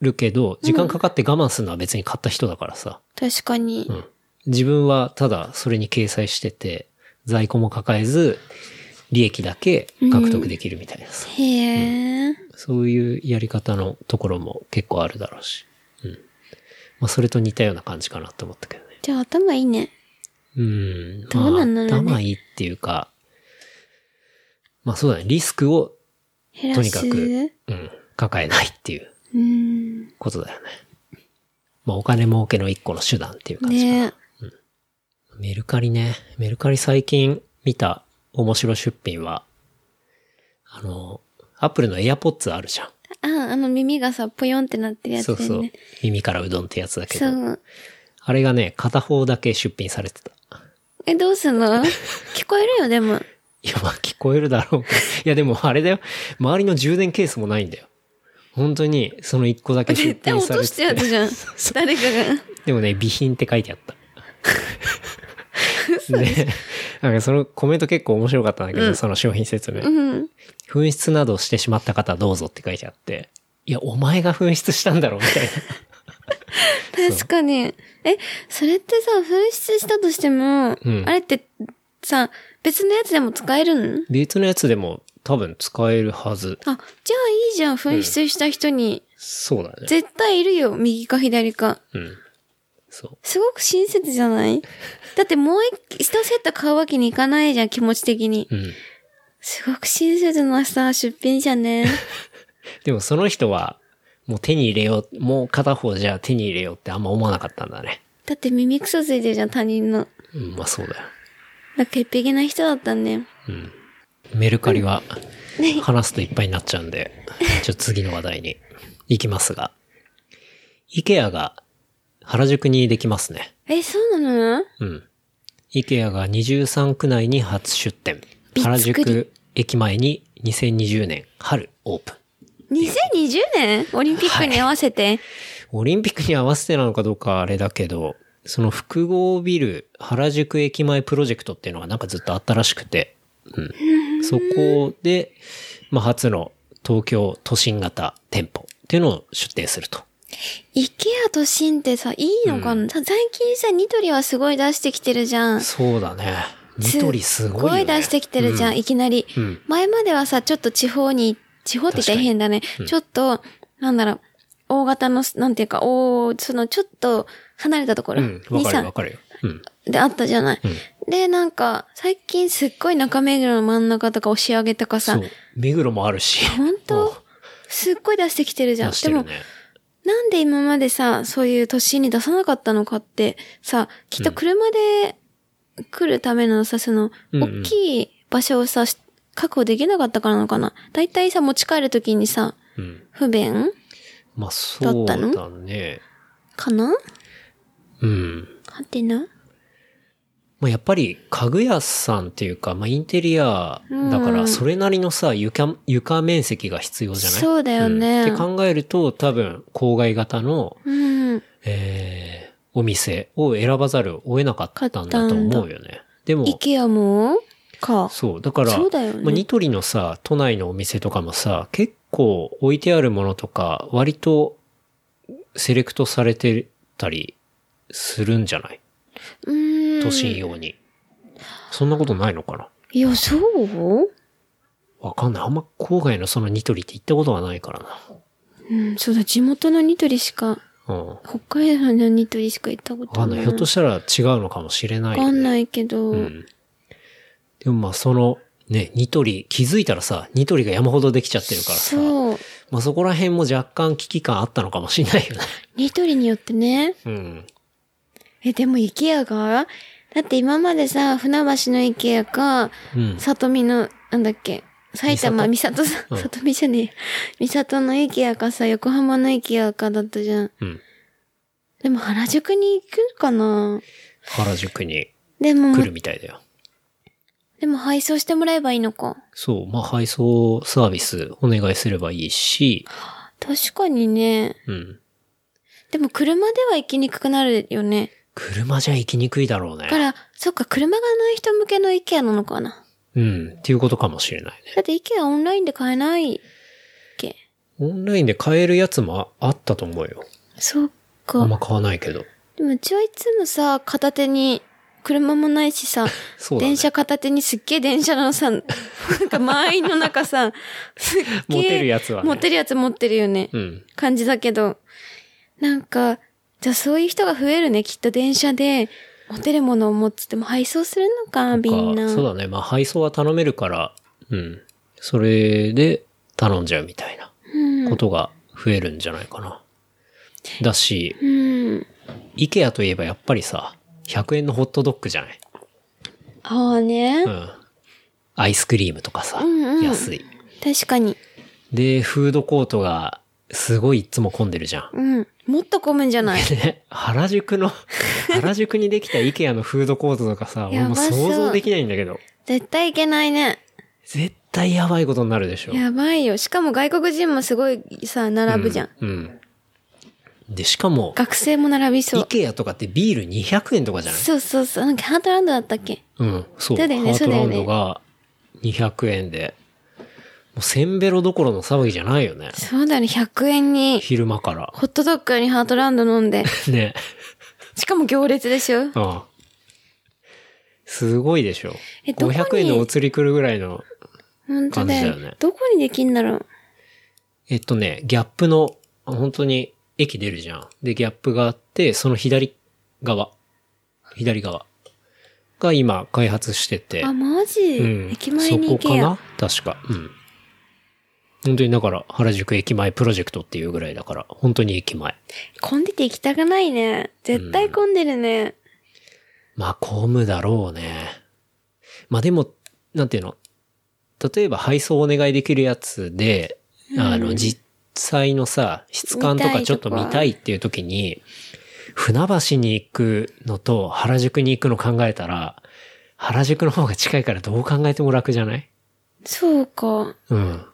るけど、時間かかって我慢するのは別に買った人だからさ。確かに。うん。自分はただそれに掲載してて、在庫も抱えず、利益だけ獲得できるみたいなさ。へえ。そういうやり方のところも結構あるだろうし。うん。まあ、それと似たような感じかなと思ったけどね。じゃあ頭いいね。うん。どうなんだろうねまあ、頭いいっていうか、まあそうだね、リスクを、減とらにす。かく、うん、抱えないっていううん。ことだよね。まあお金儲けの一個の手段っていう感じかな。ねメルカリね。メルカリ最近見た面白出品は、あの、アップルの AirPods あるじゃん。あ、あの耳がさ、ぽよんってなってるやつだそようね。そう。耳からうどんってやつだけど。そうあれがね、片方だけ出品されてた。え、どうすん の聞こえるよ、でも。いや、まあ聞こえるだろうけど。い や、でもあれだよ。周りの充電ケースもないんだよ。本当に、その一個だけ出絶対品落されとてしたやてつ じゃん。誰かが。でもね、備品って書いてあ った。で、なんかそのコメント結構面白かったんだけど、その商品説明。うん。紛失などしてしまった方どうぞって書いてあって、いや、お前が紛失したんだろ、みたい な。確かに。え、それってさ、紛失したとしても、うんあれってさ、別のやつでも使えるの別のやつでも多分使えるはず。あ、じゃあいいじゃん、紛失した人に。そうだね。絶対いるよ、右か左か。うん。そう。すごく親切じゃないだってもう一一セット買うわけにいかないじゃん、気持ち的に。うん。すごく親切なさ、出品者 ね。でもその人は、もう手に入れよう、もう片方じゃ手に入れようってあんま思わなかったんだね。だって耳くそついてるじゃん、他人の。うん、まあそうだよ。なんか潔癖な人だったね。うん。メルカリは、話すといっぱいになっちゃうんで、ちょっと次の話題に行きますが。イケアが原宿にできますね。え、そうなのうん。IKEA が23区内に初出店。びっく原り宿駅前に2020年春オープン。 ?2020 年オリンピックに合わせて。オリンピックに合わせてなのかどうかあれだけど、その複合ビル原宿駅前プロジェクトっていうのがなんかずっとあったらしくて、 うん、そこで、まあ、初の東京都心型店舗っていうのを出店すると。イケアとシンってさ、いいのかな、さ最近さ、ニトリはすごい出してきてるじゃん。そうだね。ニトリすごいよ、ね。す出してきてるじゃん、いきなり、うん前まではさ、ちょっと地方に、地方って大変だね。ちょっと、なんだろう、大型の、なんていうか、おその、ちょっと、離れたとこうろん。わにかるさ、わかるよ。うん。であったじゃない、で、なんか、最近すっごい中目黒の真ん中とか押し上げとかそさう、。目黒もあるし。本うん当すっごい出してきてるじゃん。出してでるも、ね。なんで今までさ、そういう都心に出さなかったのかって、さ、きっと車で来るためのさ、その、うんうん大きい場所をさ、し確保できなかったからなのかな。だいたいさ、持ち帰るときにさ、うん。不便まあ、そうだっただね。かなうん。はてなまあ、やっぱり、家具屋さんっていうか、まあ、インテリアだかうら、んそれなりのさ、床、床面積が必要じゃないそうだよねんって考えると、多分、郊外型の、うん。えー、お店を選ばざるを得なかったんだと思うよね。でも、イケアもか。そう。だから、そうだよねまあニトリのさ、都内のお店とかもさ、結構置いてあるものとか、割とセレクトされてたりするんじゃないうん。都心用に。そんなことないのかないや、そうわかんない。あんま郊外のそのニトリって行ったことがないからうん、そうだ、地元のニトリしか、な。うん。北海道のニトリしか行ったこわかとんな。ないい。ひょっとししたら違うのかもしれなわいよね、かんないけど、うん。でもまあその、ね、ニトリ、気づいたらさ、ニトリが山ほどできちゃってるからさ、そう、まあそこら辺も若干危機感あったのかもしれないよね。 ニトリによってね、うん。え、でも IKEA がだって今までさ、船橋の IKEA か、うん。里見の、なんだっけ、埼玉、三三里さうんん、里見じゃねえや。三里の IKEA かさ、横浜の IKEA かだったじゃん。うん。でも原宿に行くかな原宿にでも、来るみたいだよ。でも配送してもらえばいいのか。そう。まあ配送サービスお願いすればいいし、確かにね。うん。でも車では行きにくくなるよね。車じゃ行きにくいだろうねだ。から、そっか、車がない人向けの IKEA なのかな。うん。っていうことかもしれないね。だって IKEA オンラインで買えないっけ。オンラインで買えるやつもああったと思うよ。そっあんか。ま買わないけど。でもうちはいつもさ、片手に、車もないしさ、そうだね電車片手にすっげえ電車のさ、なんか満員の中さ、すっげえ。持てるやつはね持てるやつ持ってるよね。うん。感じだけど。なんか、じゃあそういう人が増えるね。きっと電車で持てるものを持つっても配送するのか、みんな。かそうだね。まあ配送は頼めるから、うん。それで頼んじゃうみたいなうん。ことが増えるんじゃないかな。だし、うん。 IKEA といえばやっぱりさ、100円のホットドッグじゃないああね、うん。アイスクリームとかさ、んうん安い。確かに。で、フードコートがすごいいつも混んでるじゃん。うん。もっと混むんじゃないね、原宿 の、原宿にできた IKEA のフードコートとかさ、俺やもうばそう想像できないんだけど。絶対いけないね。絶対やばいことになるでしょ。やばいよ。しかも外国人もすごいさ、並ぶじゃん。うん。で、しかも、学生も並びそう。 IKEA とかってビール200円とかじゃないそうそうそう。なんかハートランドだったっけうん。そう。そうだよねハートランそドうだが200円で。もうセンベロどころの騒ぎじゃないよね。そうだよね。100円に、昼間から。 ホットドッグにハートランド飲んで。ね。しかも行列でしょうん。すごいでしょ。えどこに500円のお釣り来るぐらいの。本当だよ感じだよねどこにできんだろうえっとね、ギャップの、本当に駅出るじゃん。で、ギャップがあって、その左側。左側。が今開発してて。あ、マジ、うん。駅前に行けや。そこかな確か。うん。本当にだから原宿駅前プロジェクトっていうぐらいだから、本当に駅前。混んでて行きたくないね。絶対混んでるね。まあ、混むだろうね。まあでも、なんていうの。例えば配送お願いできるやつで、あの、実際のさ、質感とかちょっと見たいっていう時に、船橋に行くのと原宿に行くの考えたら、原宿の方が近いからどう考えても楽じゃないそうか。うん。ま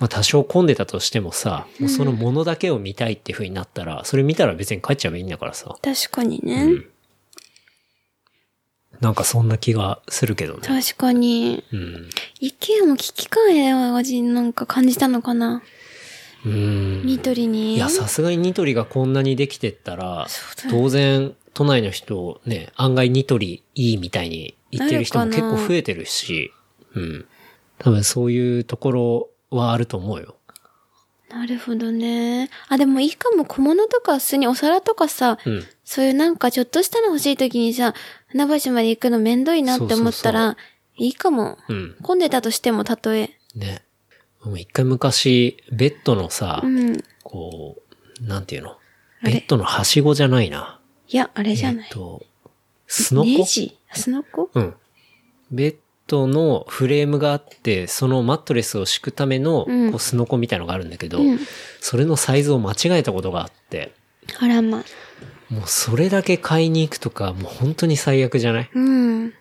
あ多少混んでたとしてもさ、もうそのものだけを見たいって風になったら、それ見たら別に帰っちゃえばいいんだからさ。確かにね。なんかそんな気がするけどね。確かに。うん。イケアも危機感や味なんか感じたのかな。うん。ニトリに。いや、さすがにニトリがこんなにできてったらそう、だよ当然、都内の人、ね、案外ニトリいいみたいに言ってる人もな結るかな構増えてるし、うん。多分そういうところはあると思うよ。なるほどね。あ、でもいいかも。小物とか、普通にお皿とかさ、うん。そういうなんかちょっとしたの欲しい時にさ、船橋まで行くのめんどいなって思ったら、そいいかも。うん。混んでたとしても、たとえ。ね。もう一回昔、ベッドのさ、うん。こう、なんていうのあれベッドのはしごじゃないな。いや、あれじゃえっない。と、すのこネジすのこうん。ベッドのフレームがあって、そのマットレスを敷くための、うんこう、すのこみたいのがあるんだけど、うんそれのサイズを間違えたことがあって、あらま。もうそれだけ買いに行くとか、もう本当に最悪じゃない うん。で、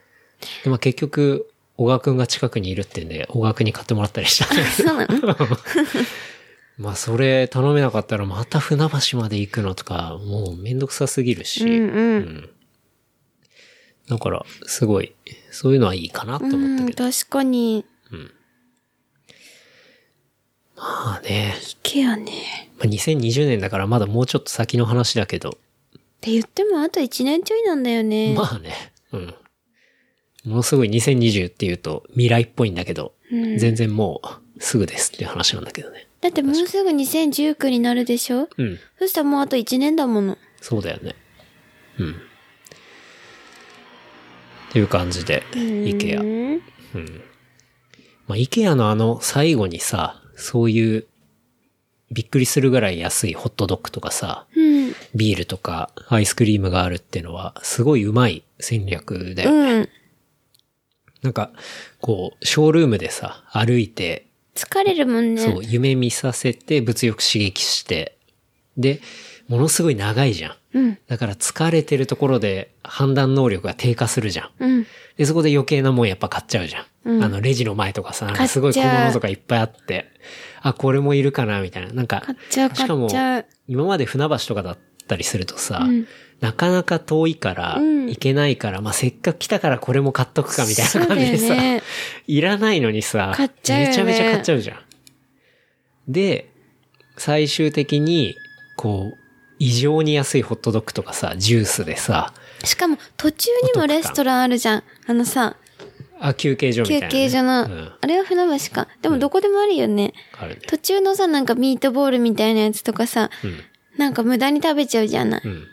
まあ、結局、小川くんが近くにいるってんで、小川くんに買ってもらったり したんだけど。そうなのまあ、それ頼めなかったらまた船橋まで行くのとか、もうめんどくさすぎるし。うんう。うんんだから、すごい、そういうのはいいかなと思ったうけん、ど。確かに。まあね、イケアね。まあ2020年だからまだもうちょっと先の話だけど、って言ってもあと1年ちょいなんだよね。まあね、うん。ものすごい2020っていうと未来っぽいんだけど、うん全然もうすぐですっていう話なんだけどね。だってもうすぐ2019になるでしょうん。そしたらもうあと1年だもの。そうだよね。うん。っていう感じで、IKEA。うん。まあ、IKEA のあの最後にさ、そういうびっくりするぐらい安いホットドッグとかさ、うん。ビールとかアイスクリームがあるってのは、すごいうまい戦略で、うん。なんか、こう、ショールームでさ、歩いて、疲れるもんね。そう、夢見させて物欲刺激して、で、ものすごい長いじゃん。うん。だから疲れてるところで判断能力が低下するじゃん。うん。で、そこで余計なもんやっぱ買っちゃうじゃん。うんあの、レジの前とかさ、なん買かっちゃすうごい小物とかいっぱいあって、あ、これもいるかな、みたいな。なんか買っ、ちゃう、しか買もっちゃう。今まで船橋とかだったりするとさ、うんなかなか遠いから、うん行けないから、まあ、せっかく来たからこれも買っとくか、みたいな感じでそうさ、だよねいらないのにさ、買っちゃうよねめちゃめちゃ買っちゃうじゃん。で、最終的に、こう、異常に安いホットドッグとかさ、ジュースでさ、しかも途中にもレストランあるじゃん。あのさ、あ、休憩所みた休いなね、憩所の、うん、あれは船橋か。でもどこでもあるよね。あるね。途中のさ、なんかミートボールみたいなやつとかさ、うん。なんか無駄に食べちゃうじゃない。うん。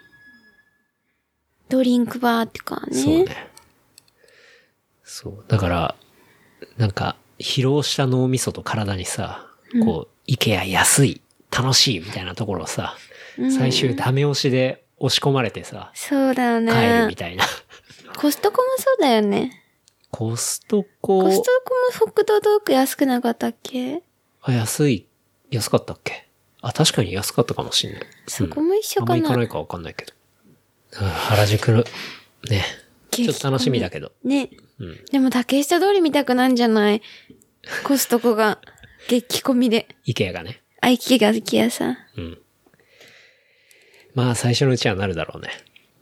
ドリンクバーってかね。そうね。そう。だから、なんか、疲労した脳みそと体にさ、こう、イケア安い、楽しいみたいなところをさ、最終ダメ押しで押し込まれてさ、そうだよ帰るねみ。たいな。コストコもそうだよね。コストコスコト、コも北東ドッグ安くなかったっけあ、安い、安かったっけあ、確かに安かったかもしんない。そこも一緒あんまか行かな。ないかわかんないけど。うん原宿の、ね、ちょっと楽しみだけど。ね。うんでも竹下通り見たくなんじゃないコスト コが、激込みで。イケアがね。愛機が好きやさん。うん。まあ、最初のうちはなるだろうね。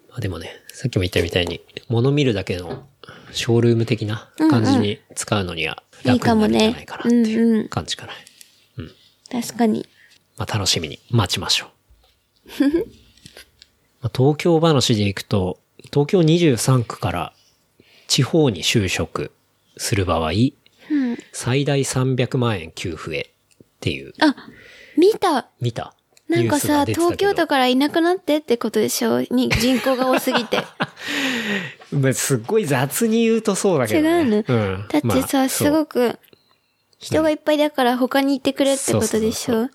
まあ、でもね、さっきも言ったみたいに、物見るだけのショールーム的な感じに使うのには楽になるんじゃないかなってうんいううん感じかな。確かに。まあ、楽しみに待ちましょう。 まあ東京話でいくと、東京23区から地方に就職する場合、うん。最大300万円給付へっていう、あ、見た。見たなんかニュースがさ、出てたけど東京都からいなくなってってことでしょに人口が多す ぎて。まあ、すっごい雑に言うとそうだけど、ね。違うのうん、だってさ、まあすごそうく、人がいっぱいだから他にいてくれってことでしそうそうそょ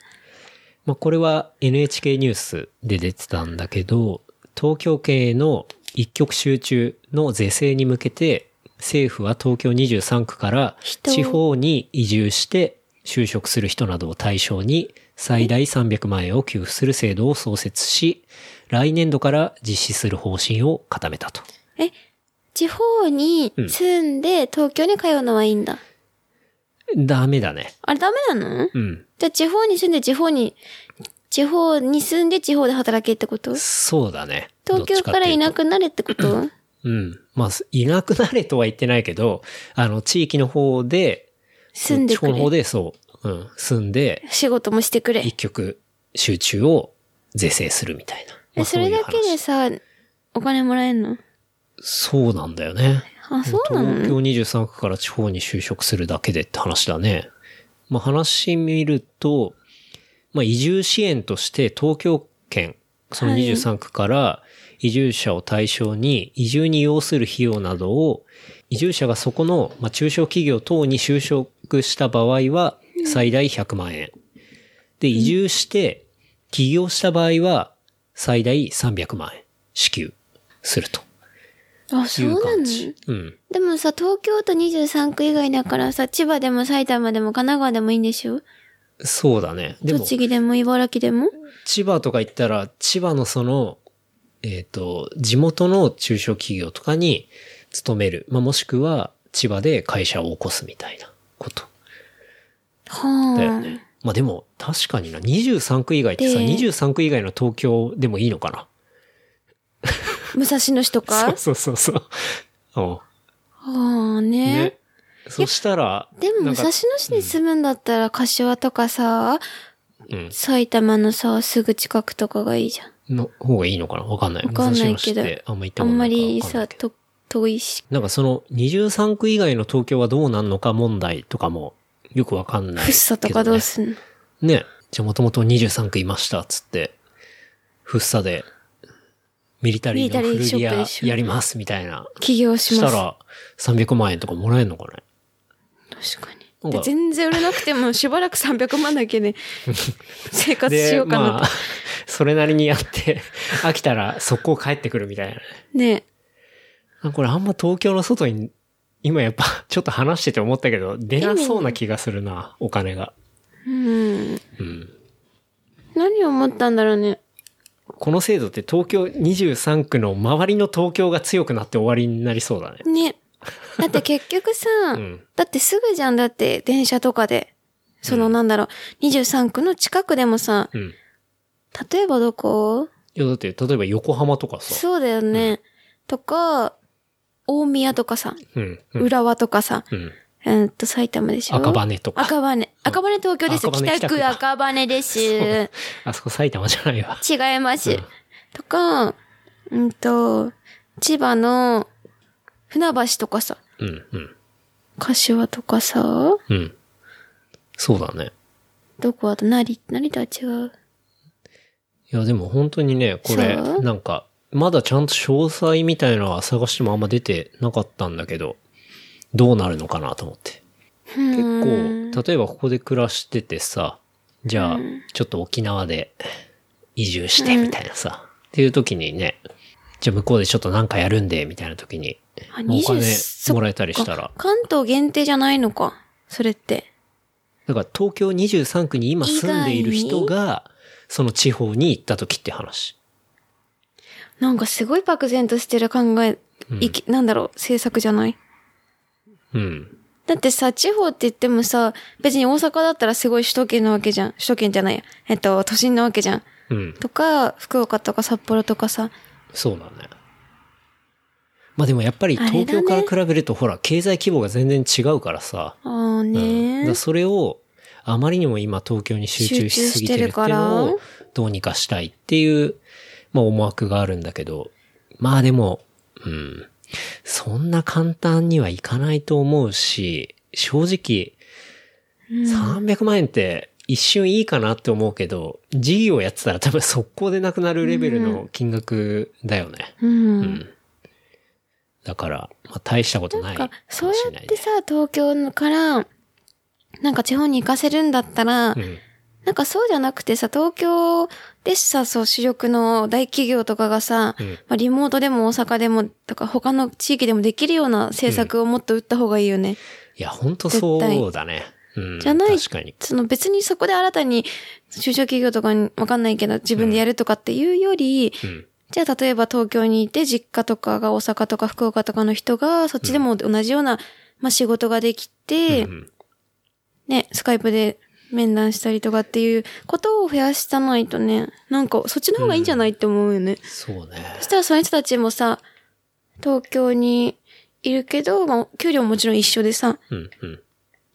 まあ、これは NHK ニュースで出てたんだけど、東京圏への一極集中の是正に向けて、政府は東京23区から人を地方に移住して就職する人などを対象に最大300万円を給付する制度を創設し、来年度から実施する方針を固めたと。え、地方に住んで東京に通うのはいいんだ。ダメだね。あれダメなのうん。じゃあ地方に住んで地方に、地方に住んで地方で働けってことそうだね。東京からいくなくなれってことうん。まあ、いなくなれとは言ってないけど、あの、地域の方で、住んで地方くの方れ。で、そう、うん、住んで、仕事もしてくれ一。曲集中を是正するみたいな。まえ、あそれだけでそういう話さ、お金もらえんのそうなんだよね。あ、そうな東の京23区から地方に就職するだけでって話だね。まあ、話見ると、まあ、移住支援として東京圏、そのはい23区から移住者を対象に移住に要する費用などを、移住者がそこの、まあ、中小企業等に就職した場合は最大100万円。で、移住して起業した場合は最大300万円支給するとあ、いそううな感のじ。うん。でもさ、東京都23区以外だからさ、千葉でも埼玉でも神奈川でもいいんでしょそうだね。でも、栃木でも茨城でも千葉とか行ったら、千葉のその、えっ、と、地元の中小企業とかに勤める。まあ、もしくは、千葉で会社を起こすみたいなことはだよあ。ね。まあ、でも、確かにな、23区以外ってさ、で23区以外の東京でもいいのか武蔵野市とな そかうそうそうそう。うん はあねね。そしたら、でもなん武か蔵野市に住むんだったら柏とかさ、うん、埼玉のさ、すぐ近くとかがいいじゃん。の方がいいのかなわかんない。わかん武ない蔵野市けどってあんま行ったあことんなまいからりわかんなさ、いけどと遠いし。なんかその23区以外の東京はどうなんのか問題とかもよくわかんないけど、ね。フッサとかどうすんのね。じゃあもともと23区いましたっつって、フッサでミリタリーのミリタリー古着ショッ屋プでしょやりますみたいな。起業ししたます。ら300万円とかもらえんのかね確かなに。んかで全然売れなくても、しばらく300万だけ で生活しで、ようかなと。まあ、 それなりにやって、飽きたら速攻帰ってくるみたいなね。ねあこれあんま東京の外に、今やっぱちょっと話してて思ったけど、出なそうな気がするな、お金が。うん。うん。何を思ったんだろうね。この制度って東京23区の周りの東京が強くなって終わりになりそうだね。ね。だって結 局さ、んだってすぐじゃんだって電車とかで。そのなんだろう、23区の近くでもさ、うん。い例えばどこや、だって、例えば横浜とかさ。そうだよね。とか、大宮とかさ、うん。うん。浦和とかさ、うん。うんと埼玉でしょ赤羽とか。赤羽。赤羽東京です。赤羽北区赤羽です。違あそこ埼玉じゃないわ。います。うんとか、うんと、千葉の船橋とかさ、うん。うん。柏とかさ、うん。そうだね。どこあと成、成田は違う。いや、でも本当にね、これ、そうなんか、まだちゃんと詳細みたいなのは探してもあんま出てなかったんだけど、どうなるのかなと思って。結結構、例えばここで暮らしててさ、じゃあ、ちょっと沖縄で移住してみたいなさ、っていう時にね、じゃあ向こうでちょっとなんかやるんで、みたいな時に、おあ金20もらえたりしたらそっか、関東限定じゃないのか。それって。だから東京23区に今住んでいる人が、その地方に行った時って話。なんかすごい漠然としてる考え、いきなんだろう、政策じゃないうん。だってさ、地方って言ってもさ、別に大阪だったらすごい首都圏なわけじゃん。首都圏じゃないや。えっと、都心なわけじゃん。うん。とか、福岡とか札幌とかさ。そうだね。まあでもやっぱり東京から比べるとほら、経済規模が全然違うからさ。あうーねんだー、からそれを、あまりにも今東京に集中しすぎてるっていうのを集中してるどうにかしたいっていう、まあ思惑があるんだけど、まあでも、うん、そんな簡単にはいかないと思うし、正直、300万円って一瞬いいかなって思うけど、事業やってたら多分速攻でなくなるレベルの金額だよね。うん。だから、まあ大したことないなんか、かそうもしれやなっいてね。さ、東京のから、なんか地方に行かせるんだったら、うんなんかそうじゃなくてさ、東京でさ、そう、主力の大企業とかがさ、うんまあ、リモートでも大阪でも、とか他の地域でもできるような政策をもっと打った方がいいよね。いや、ほんとそうだね。うん、じゃない確かに。その別にそこで新たに中小企業とかにわかんないけど自分でやるとかっていうより、うん。じゃあ例えば東京にいて実家とかが大阪とか福岡とかの人がそっちでも同じような、まあ、仕事ができて、うんね、スカイプで面談したりとかっていうことを増やしたないとね、なんかそっちの方がいいんじゃないって思うよね。そうね。そしたらその人たちもさ、東京にいるけど、まあ、給料ももちろん一緒でさ、うん、うん、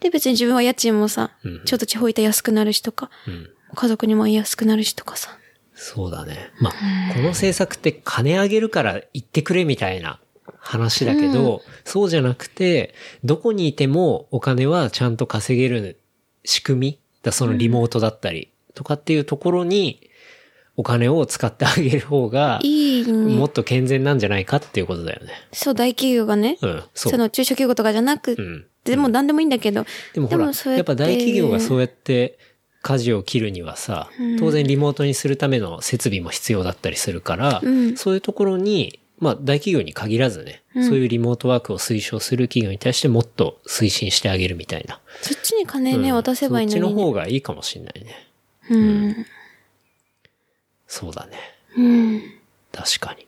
で別に自分は家賃もさ、うんちょっと地方行ったら安くなるしとか、うん。家族にも言いやすくなるしとかさ。そうだね。まあ、この政策って金あげるから行ってくれみたいな話だけど、そうじゃなくて、どこにいてもお金はちゃんと稼げる仕組みだそのリモートだったりとかっていうところにお金を使ってあげる方が、いいね。もっと健全なんじゃないかっていうことだよね。そう、大企業がね、うん、そ。そうの中小企業とかじゃなく、うん。でも何でもいいんだけど、でもほら、そうややっってぱ大企業がそうやって舵を切るにはさ、当然リモートにするための設備も必要だったりするから、うんそういうところに、まあ大企業に限らずね、そういうリモートワークを推奨する企業に対してもっと推進してあげるみたいな。そっちに金ね、うん渡せばいいのに、そね。っちの方がいいかもしんないね。うん。そうだね。うん。確かに。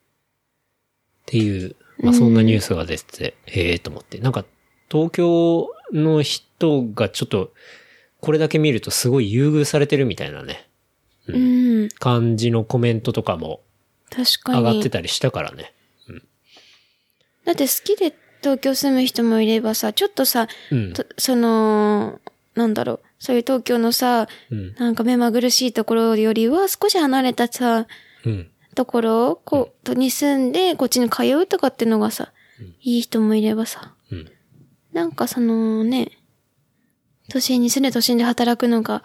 っていう、まあ、そんなニュースが出てて、ええと思って。なんか、東京の人がちょっと、これだけ見るとすごい優遇されてるみたいなね、うん。感じのコメントとかも確か上に。がってたりしたからね。だって好きで東京住む人もいればさ、ちょっとさ、うん。とその、なんだろう、そういう東京のさ、うん。なんか目まぐるしいところよりは少し離れたさ、うん。ところことに住んで、こっちに通うとかってのがさ、いい人もいればさ、うん。なんかそのね、都心に住んで都心で働くのが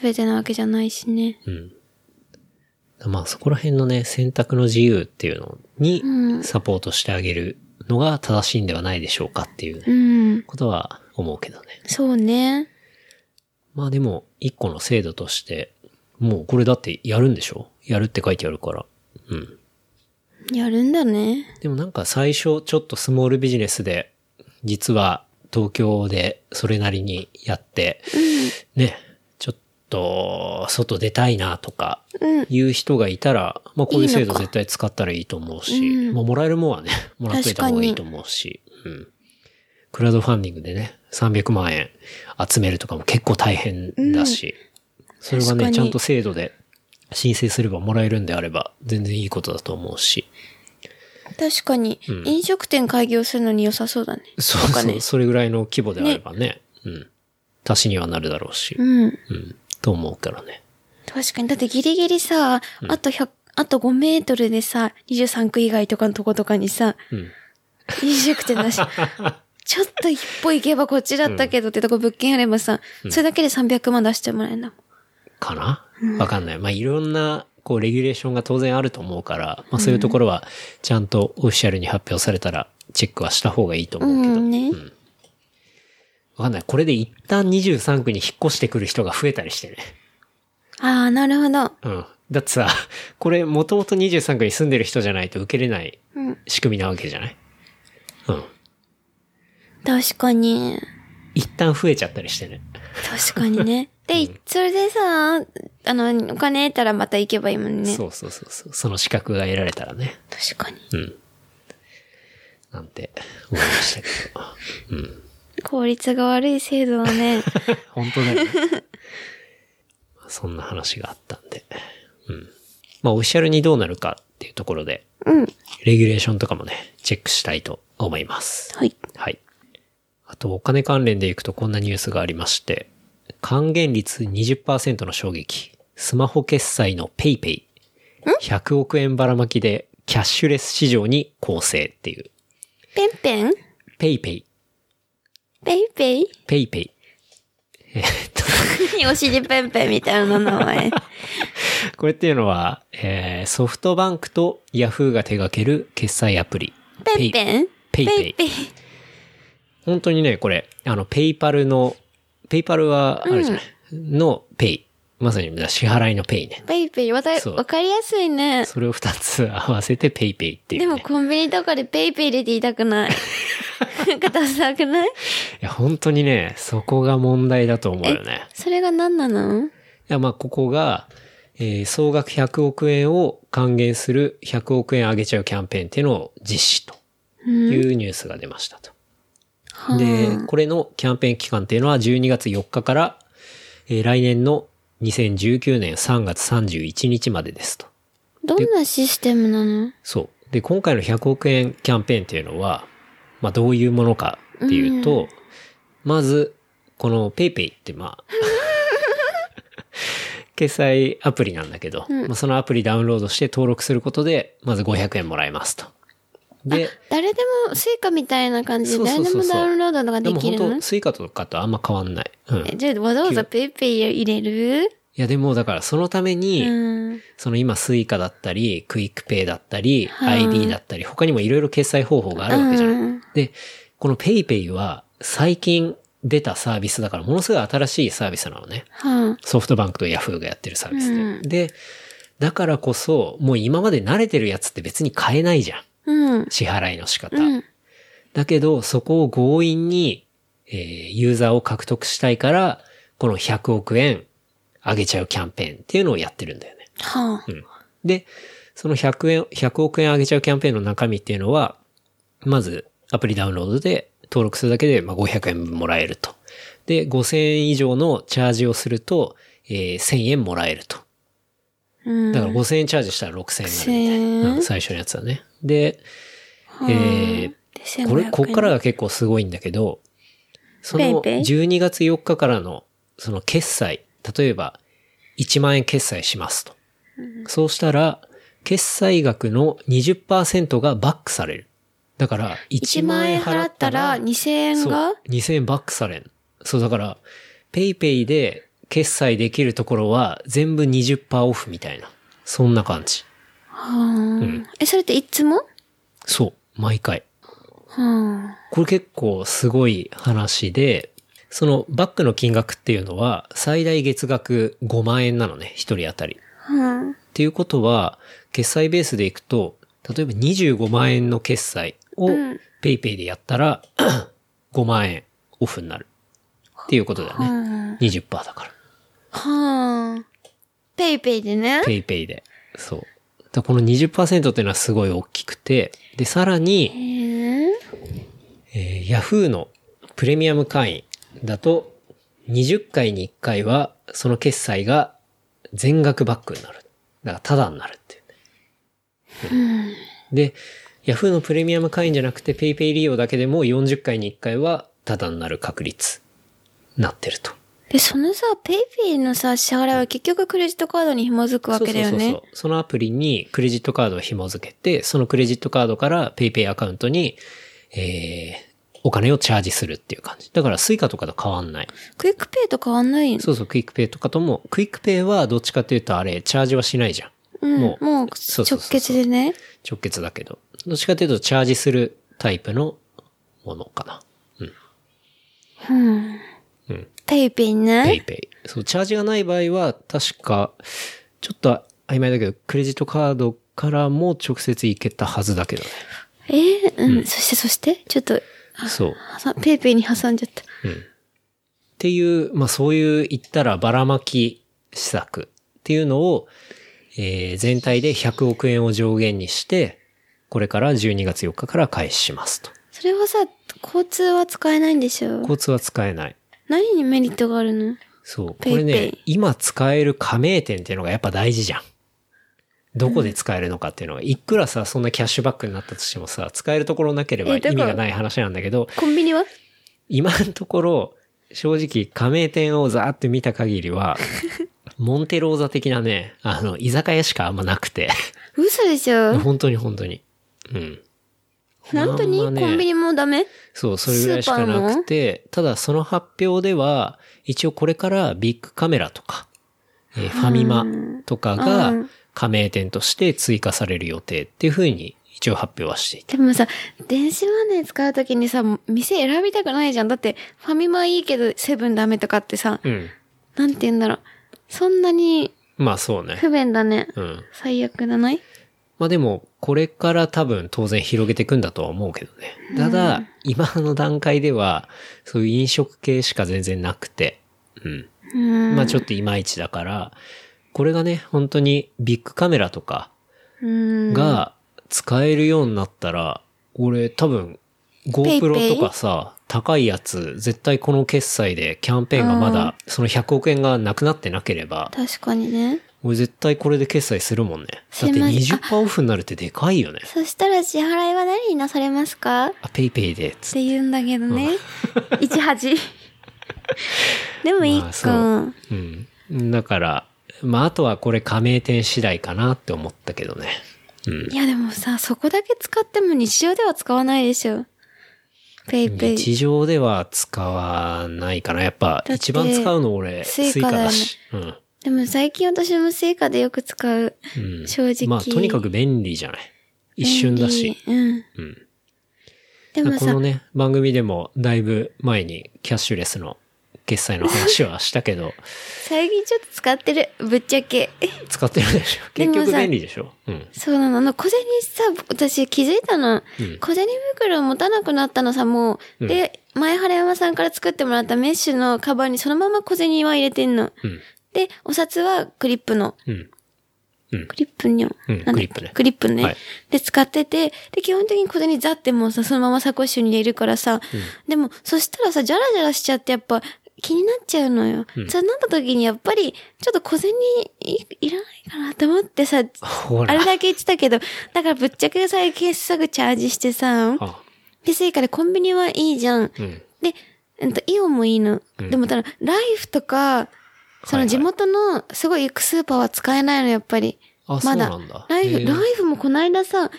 全てなわけじゃないしね。うん。まあそこら辺のね、選択の自由っていうのうにんサポートしてあげるのが正しいんではないでしょうかっていううん。ことは思うけどね。そうね。まあでも、一個の制度として、もうこれだってやるんでしょやるって書いてあるから。うん。やるんだね。でもなんか最初、ちょっとスモールビジネスで、実は東京でそれなりにやって、ね、ちょっと外出たいなとか、うん。いう人がいたら、まあこういう制いい度のか絶対使ったらいいと思うし、うんまあもらえるもんはね、もらっといた方がいいと思うし、うん。クラウドファンディングでね、300万円集めるとかも結構大変だし、それが確かね、にちゃんと制度で申請すればもらえるんであれば、全然いいことだと思うし、確かに、ん飲食店開業するのに良さそうだね。そうかそう、ねそれぐらいの規模であればね、うん。足しにはなるだろうし、うん。うん、と思うからね。確かに。だってギリギリさ、あと100、あと5メートルでさ、23区以外とかのとことかにさ、うん。飲食店だし、ちょっと一歩行けばこっちだったけどってとこ物件あればさ、それだけで300万出してもらえるんだもん。かなわかんない。まあ、いろんな、こう、レギュレーションが当然あると思うから、まあ、そういうところは、ちゃんとオフィシャルに発表されたら、チェックはした方がいいと思うけど。うんねわかんない。これで一旦23区に引っ越してくる人が増えたりしてね。ああ、なるほど。うん。だってさ、これ、もともと23区に住んでる人じゃないと受けれないうん。仕組みなわけじゃないうん。確かに。一旦増えちゃったりしてね。確かにね。で、それでさ、あの、お金得たらまた行けばいいもんね。そうそうそうそう。その資格が得られたらね。確かに。うん。なんて、思いましたけど。効率が悪い制度だね。 本当だよ、ね。そんな話があったんで。うん。まあ、オフィシャルにどうなるかっていうところで、うん。レギュレーションとかもね、チェックしたいと思います。はい。はい。あと、お金関連でいくとこんなニュースがありまして、還元率20%の衝撃、スマホ決済の PayPay ペイペイ100億円ばらまきでキャッシュレス市場に構成っていう、ペンペン PayPay ペイペイペ PayPay イペイペイえっと、何お尻ペンペンみたいな名前。これっていうのは、えーソフトバンクとヤフーが手掛ける決済アプリ。ペンペンペイペイペイ。本当にね、これ、あの、ペイパルの、ペイパルは、あるじゃない、のペイ。まさに支払いのペイね。ペイペイ。わたそうわかりやすいね。それを二つ合わせてペイペイっていう、でね。もいコンビニとかでペイペイ入れて言いた くない。なんかダサくないや、本当にね、そこが問題だと思うよね。それが何なのいや、まあ、ここが、えー総額100億円を還元する100億円上げちゃうキャンペーンっていうのを実施というニュースが出ましたと。はあで、これのキャンペーン期間っていうのは12月4日から、えー来年の2019年3月31日までですと。どんなシステムなのそう。で、今回の100億円キャンペーンっていうのは、まあどういうものかっていうと、まず、この PayPay ってま あ、決済アプリなんだけど、まあ、そのアプリダウンロードして登録することで、まず500円もらえますと。で、誰でも、スイカみたいな感じで、そうそ誰うでそうもそうダウンロードがででもき本るの当スイカとかとあんま変わんない。うん。えいじゃあわざわざペイペイ入れるやでもだからそのために、うん。その今スイカだったり、クイックペイだったり、はい ID だったり、他にもいろいろ決済方法があるわけじゃない。うんで、この PayPay は最近出たサービスだからものすごい新しいサービスなのね。はあ、ソフトバンクと Yahoo がやってるサービスで。うんで、だからこそ、もう今まで慣れてるやつって別に買えないじゃん。うん。支払いの仕方。うん。だけど、そこを強引に、えーユーザーを獲得したいから、この100億円上げちゃうキャンペーンっていうのをやってるんだよね。はあ。で、その100円、100億円上げちゃうキャンペーンの中身っていうのは、まずアプリダウンロードで登録するだけで、まあ、500円分もらえると。で、5000円以上のチャージをすると、えー1000円もらえると。うん。だから5000円チャージしたら6000円になるみたいな、6000円うん最初のやつだね。で、はあえでこれ、こっから1500が結構すごいんだけど、そのペイペイ12月4日からの、その決済、例えば1万円決済しますと。そうしたら、決済額の20%がバックされる。だから、 1万円払ったら2000円そがう、2000円バックされん。そう、だから、ペイペイで決済できるところは全部20%オフみたいな。そんな感じ。はあ、え、それっていつもそう、毎回。はこれ結構すごい話で、そのバックの金額っていうのは最大月額5万円なのね、一人当たり。あ、はっていうことは、決済ベースでいくと、例えば25万円の決済をん PayPay でやったら、5万円オフになる。っていうことだよあ、ね。は20%だから。あ、はあ。ペイペイでね。 PayPay で。そう。だからこの20%っていうのはすごい大きくて、で、さらえに、ー、えー Yahoo のプレミアム会員だと、20回に1回は、その決済が全額バックになる。だから、タダになるっていう。うん。で、Yahoo のプレミアム会員じゃなくて PayPay 利用だけでも40回に1回はタダになる確率、なってると。で、そのさ、ペイペイのさ、支払いは結局クレジットカードに紐づくわけだそようそうねそう。そう。そのアプリにクレジットカードを紐付けて、そのクレジットカードから PayPay アカウントに、えー、お金をチャージするっていう感じ。だから Suica とかと変わんない。クイックペイと変わんないそうそう、クイックペイとかとも、クイックペイはどっちかというとあれ、チャージはしないじゃん。うん、ももううそうそうそう直結でね。直結だけど。どっちかというとチャージするタイプのものかな。うん。ペイペイペイね。ペイ。そう、チャージがない場合は、確か、ちょっと曖昧だけど、クレジットカードからも直接行けたはずだけどね。えー、うん、そしてそして、ちょっと、そう。っはさペイペイに挟んじゃった。ていう、まあそういう、言ったらばらまき施策っていうのを、えー全体で100億円を上限にして、これから12月4日から開始しますと。それはさ、交通は使えないんでしょ交通は使えない。何にメリットがあるのそう。こペイペれイね、今使える加盟店っていうのがやっぱ大事じゃん。どこで使えるのかっていうのが、いくらさ、そんなキャッシュバックになったとしてもさ、使えるところなければえ意だ味からがない話なんだけど、コンビニは今のところ、正直加盟店をザーって見た限り は、モンテローザ的なね、あの、居酒屋しかあんまなくて、嘘でしょ本当に本当に。うん。 本当にあんまねコンビニもダメそう、それぐらいしかなくて、ただその発表では、一応これからビッグカメラとか、えーファミマとかがうん加盟店として追加される予定っていうふうに一応発表はしていて。でもさ、電子マネー使うときにさ、店選びたくないじゃん。だって、ファミマいいけど、セブンダメとかってさ、うん。なんて言うんだろう。そんなにまあそうね。不便だね。うん。最悪だないまあでも、これから多分当然広げていくんだとは思うけどね。ただ、今の段階では、そういう飲食系しか全然なくて。うん。うん。まあちょっといまいちだから、これがね、本当にビッグカメラとか、うん。が使えるようになったら、俺多分 GoPro とかさ、高いやつ、絶対この決済でキャンペーンがまだ、その100億円がなくなってなければ、確かにね。俺絶対これで決済するもんね。だすっいてません20%オフになるってでかいよね。そしたら支払いは何になされますかっあ、ペイペイで、つってて言うんだけど ね。18。でもいいまあかそ。うん。だから、まああとはこれ加盟店次第かなって思ったけどね。うん。いやでもさ、そこだけ使っても日常では使わないでしょ。ペイペイ。日常では使わないかな。やっぱって一番使うの俺、ススイイカカだよねだし。うん。でも最近私もスイカでよく使う。うん正直まあ、とにかく便利じゃない。一瞬だし。便利。うん。うん。でもこさの、ね、番組でもだいぶ前にキャッシュレスの決済の話はした けど、最近ちょっと使ってる。ぶっちゃけ。 使ってるでしょ。で結もさ局便利でしょ。うん。そうなの。あの、小銭さ、私気づいたの。うん小銭袋を持たなくなったのさ、もう。で、前原山さんから作ってもらったメッシュのカバンにそのまま小銭は入れてんの。うん。で、お札はクリップの。うん。クリップにょ、うんなんだっクリけップねクリップね、はいで、使ってて、で、基本的に小銭ザってもうさ、そのままサコッシュに入れるからさ、でも、そしたらさ、ジャラジャラしちゃってやっぱ気になっちゃうのよ。そうなった時にやっぱり、ちょっと小銭いいらないかなと思ってさ、ほあられ。だけ言ってたけど、だからぶっちゃけ最近すぐチャージしてさ、あ、で、スイカでコンビニはいいじゃん。うん。で、うんと、イオンもいいの。うんでもただ、ライフとか、そはいはのい地元のすごい行くスーパーは使えないの、やっぱり。あ、そまうだなんだ。ライへフ、えライフもこないださ、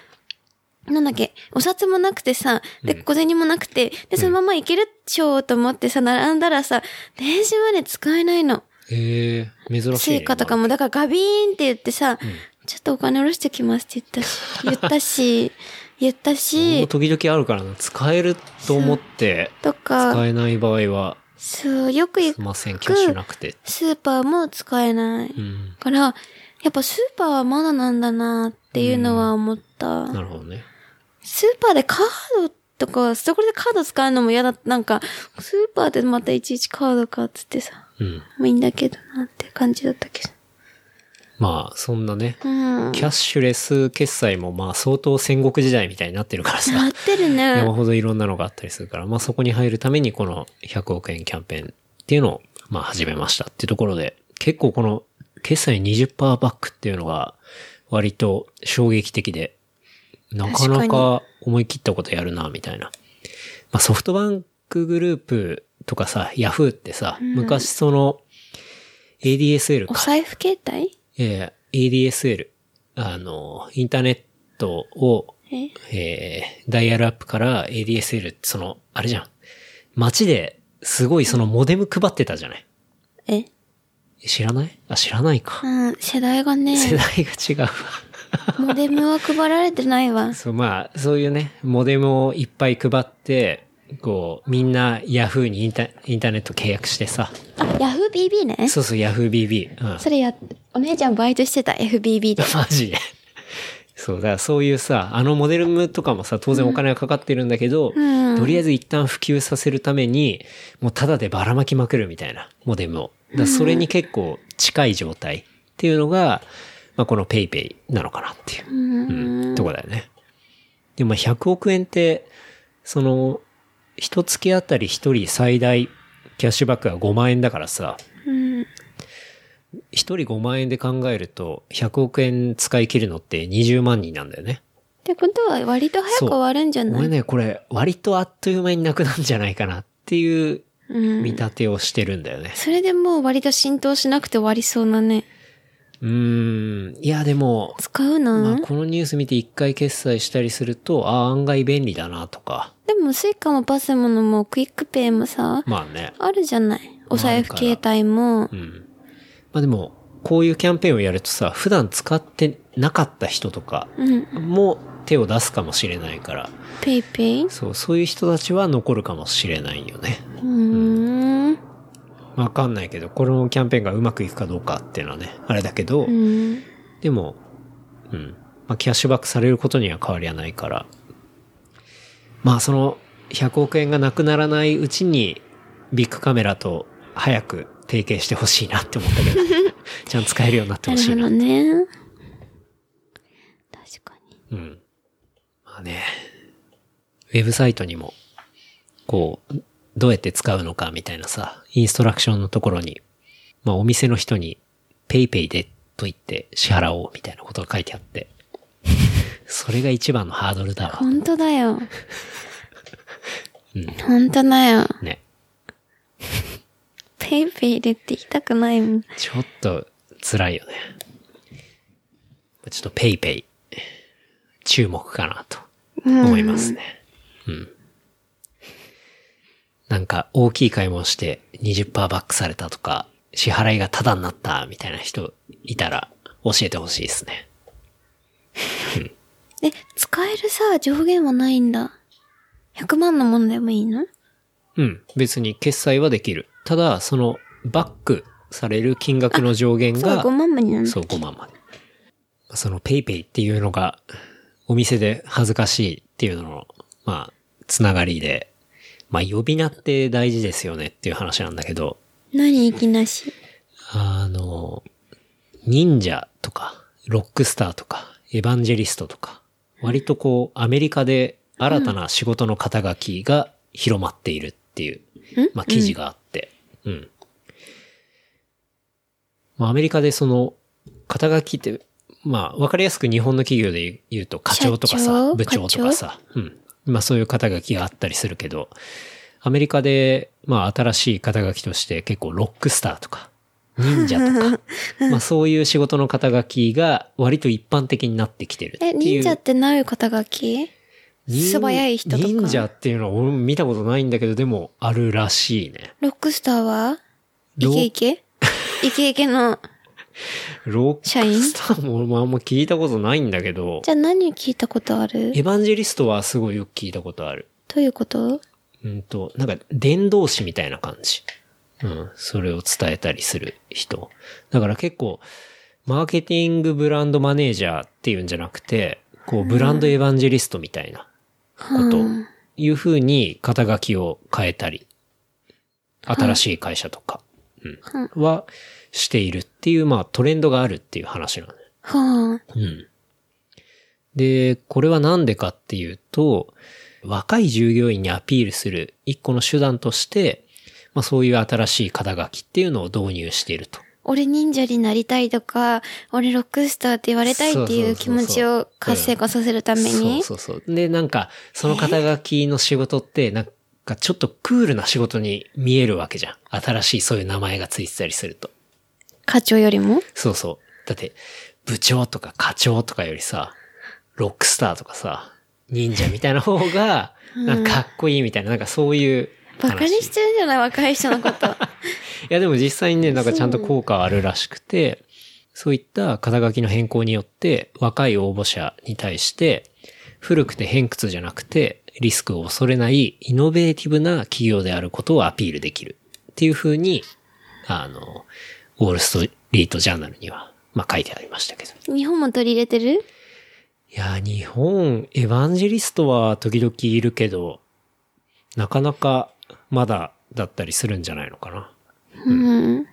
なんだっけ、お札もなくてさ、で、うん小銭もなくて、で、そのままいけるっしょと思ってさ、並んだらさ、電子マネー使えないの。へえ珍しいね。成果とかも、だからガビーンって言ってさ、んちょっとお金下ろしてきますって言ったし、言ったし、言った今。もうし、時々あるからな。使えると思って、と使か、えない場合は、そう、よく行すくいません、キャッシュなくて。スーパーも使えない。うん。から、やっぱスーパーはまだなんだなっていうのは思った。なるほどね。スーパーでカードとか、そこでカード使うのも嫌だ。なんか、スーパーでまたいちいちカードかっつってさ、うん。もういいんだけどなって感じだったけど。まあ、そんなね、うん。キャッシュレス決済もまあ相当戦国時代みたいになってるからなさっ、てる ね。山ほどいろんなのがあったりするから、まあそこに入るためにこの100億円キャンペーンっていうのをまあ始めましたっていうところで、結構この決済20%バックっていうのが割と衝撃的で、なかな確かか思い切ったことやるな、みたいな。まあソフトバンクグループとかさ、ヤフーってさ、昔その ADSL おか。財布携帯えー ADSL、あの、インターネットを、ええーダイヤルアップから ADSL ってその、あれじゃん。街ですごいそのモデム配ってたじゃない。え知らないあ、知らないか。うん、世代がね、世代が違うわ。モデムは配られてないわ。そう、まあ、そういうね、モデムをいっぱい配って、こう、みんな Yahoo にインタインターネット契約してさ。あ、ヤフー BB ね。そうそう、YahooBB。うん。それや、お姉ちゃんバイトしてた FBB で。マジで。そう、だからそういうさ、あのモデルムとかもさ、当然お金がかかってるんだけど、うんとりあえず一旦普及させるために、もうタダでばらまきまくるみたいな、モデムを。だからそれに結構近い状態っていうのが、まあこの PayPay ペイペイなのかなっていうう、ん。とこだよね。でもまあ100億円って、その、一月あたり一人最大キャッシュバックが5万円だからさ、うん。 1人5万円で考えると、100億円使い切るのって20万人なんだよね。ってことは、割と早く終わるんじゃな俺いね、これ、割とあっという間になくなるんじゃないかなっていううん。見立てをしてるんだよね。それでもう割と浸透しなくて終わりそうなね。うーん。いや、でも、使うの、まあ、このニュース見て1回決済したりすると、ああ、案外便利だなとか。でもスイカもパスモのもクイックペイもさ、まあね。あるじゃない。お財布まああ携る帯もう。ん。まあでも、こういうキャンペーンをやるとさ、普段使ってなかった人とかうん。も手を出すかもしれないから、ペイペイうそう、そういう人たちは残るかもしれないよね。ーん。うわかんないけど、このキャンペーンがうまくいくかどうかっていうのはね、あれだけど、ん。でも、うん。まあ、キャッシュバックされることには変わりはないから。まあ、その、100億円がなくならないうちに、ビッグカメラと早く提携してほしいなって思ったけど、ちゃんと使えるようになってほなるしほいな。どね。確かに。うん。まあね、ウェブサイトにも、こう、どうやって使うのかみたいなさ、インストラクションのところに、まあお店の人に、ペイペイでと言って支払おうみたいなことが書いてあって、それが一番のハードルだわ。本当だよ。うん本当だよ。ね。ペイペイでって言いたくないもん。ちょっと辛いよね。ちょっとペイペイ、注目かなと思いますね。うん。なんか大きい買い物して20%バックされたとか、支払いがタダになったみたいな人いたら教えてほしいですね。え、使えるさ、上限はないんだ。100万のものでもいいのうん。別に決済はできる。ただ、そのバックされる金額の上限そう、が5、万までなのそう、5万まで。そのペイペイっていうのが、お店で恥ずかしいっていうのの、まあ、つながりで、まあ、呼び名って大事ですよねっていう話なんだけど、何行きなし。あの、忍者とか、ロックスターとか、エヴァンジェリストとか、割とこう、アメリカで新たな仕事の肩書きが広まっているっていう、うんまあ、記事があって、うん。まあ、アメリカでその、肩書きって、まあ、わかりやすく日本の企業で言うと、課長とか社さ長、部長とかさ、うん。まあ、そういう肩書きがあったりするけど、アメリカで、まあ、新しい肩書きとして結構ロックスターとか、忍者 とか、まあそういう仕事の肩書きが割と一般的になってきてるっていえ、う。忍者ってどういう肩書き忍素早い人とか忍者っていうのは俺も見たことないんだけど、でもあるらしいね。ロックスターはイロケイケ イケイケの。ロック社員スターも俺もあんま聞いたことないんだけどじ、ゃあ何聞いたことあるエヴァンジェリストはすごいよく聞いたことある。どういうことうんと、なんか伝道師みたいな感じ。うん、それを伝えたりする人。だから結構、マーケティングブランドマネージャーっていうんじゃなくて、こう、ブランドエヴァンジェリストみたいなこと、いう風に肩書きを変えたり、新しい会社とか、うん、はしているっていう、まあトレンドがあるっていう話なのね。はあ。うん。で、これはなんでかっていうと、若い従業員にアピールする一個の手段として、まあそういう新しい肩書きっていうのを導入していると。俺忍者になりたいとか、俺ロックスターって言われたいっていう気持ちを活性化させるためそうに。そうそう。で、なんか、その肩書きの仕事って、なんかちょっとクールな仕事に見えるわけじゃん。新しいそういう名前がついてたりすると。課長よりもそうそう。だって、部長とか課長とかよりさ、ロックスターとかさ、忍者みたいな方が、なんかかっこいいみたいな、なんかそういうバカに話。いしてるんじゃない若い人のこと。やでも実際にね、なんかちゃんと効果あるらしくて、そういった肩書きの変更によって、若い応募者に対して、古くて偏屈じゃなくて、リスクを恐れないイノベーティブな企業であることをアピールできる。っていう風に、あの、ウォールストリートジャーナルには、まあ書いてありましたけど。日本も取り入れてるいや、日本、エヴァンジェリストは時々いるけど、なかなかまだだったりするんじゃないのかな。うん。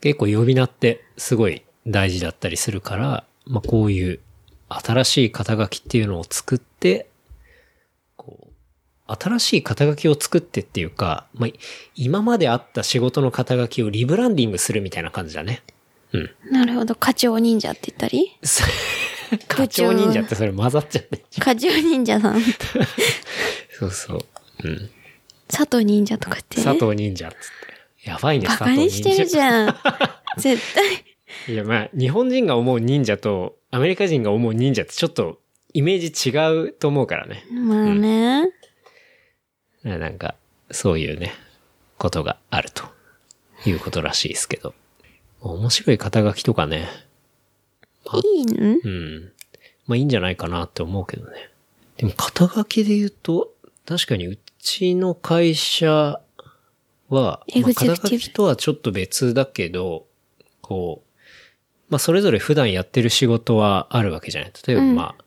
結構呼び名ってすごい大事だったりするから、まあこういう新しい肩書きっていうのを作って、こう、新しい肩書きを作ってっていうか、まあ今まであった仕事の肩書きをリブランディングするみたいな感じだね。うん。なるほど。課長忍者って言ったり 課長忍者ってそれ混ざっちゃって。課長忍者さ ん。そうそう。うん。佐藤忍者とかって。佐藤忍者っつって。やばいね、バ佐カ藤忍者。にしてるじゃん。 絶対。いや、まあ、日本人が思う忍者と、アメリカ人が思う忍者ってちょっと、イメージ違うと思うからね。まあね。なんか、そういうね、ことがあると、いうことらしいですけど。面白い肩書きとかね、いいんうん。まあいいんじゃないかなって思うけどね。でも肩書きで言うと、確かにうちの会社は、エまあグゼクティブ肩書きとはちょっと別だけど、こう、まあそれぞれ普段やってる仕事はあるわけじゃない。例えばまあ、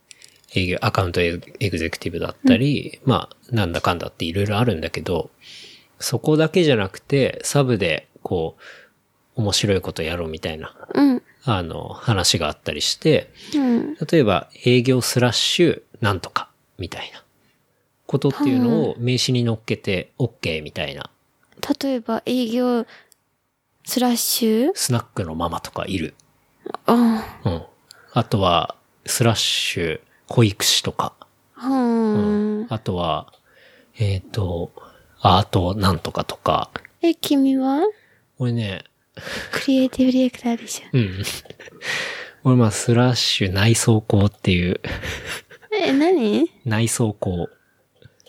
営業、アカウントエグエグゼクティブだったり、まあなんだかんだっていろいろあるんだけど、そこだけじゃなくて、サブでこう、面白いことやろうみたいな、うん。あの、話があったりして、うん。例えば営業スラッシュなんとかみたいなことっていうのを名刺に乗っけて OK みたいな例えば営業スラッシュスナックのママとかいる。あうん。あとはスラッシュ保育士とか。あ、うん。あとは、えっ、と、アートなんとかとか。え、君はこれね、クリエイティブディレクターでしょ。うん。 俺まあスラッシュ内装工っていう、え、何内装工、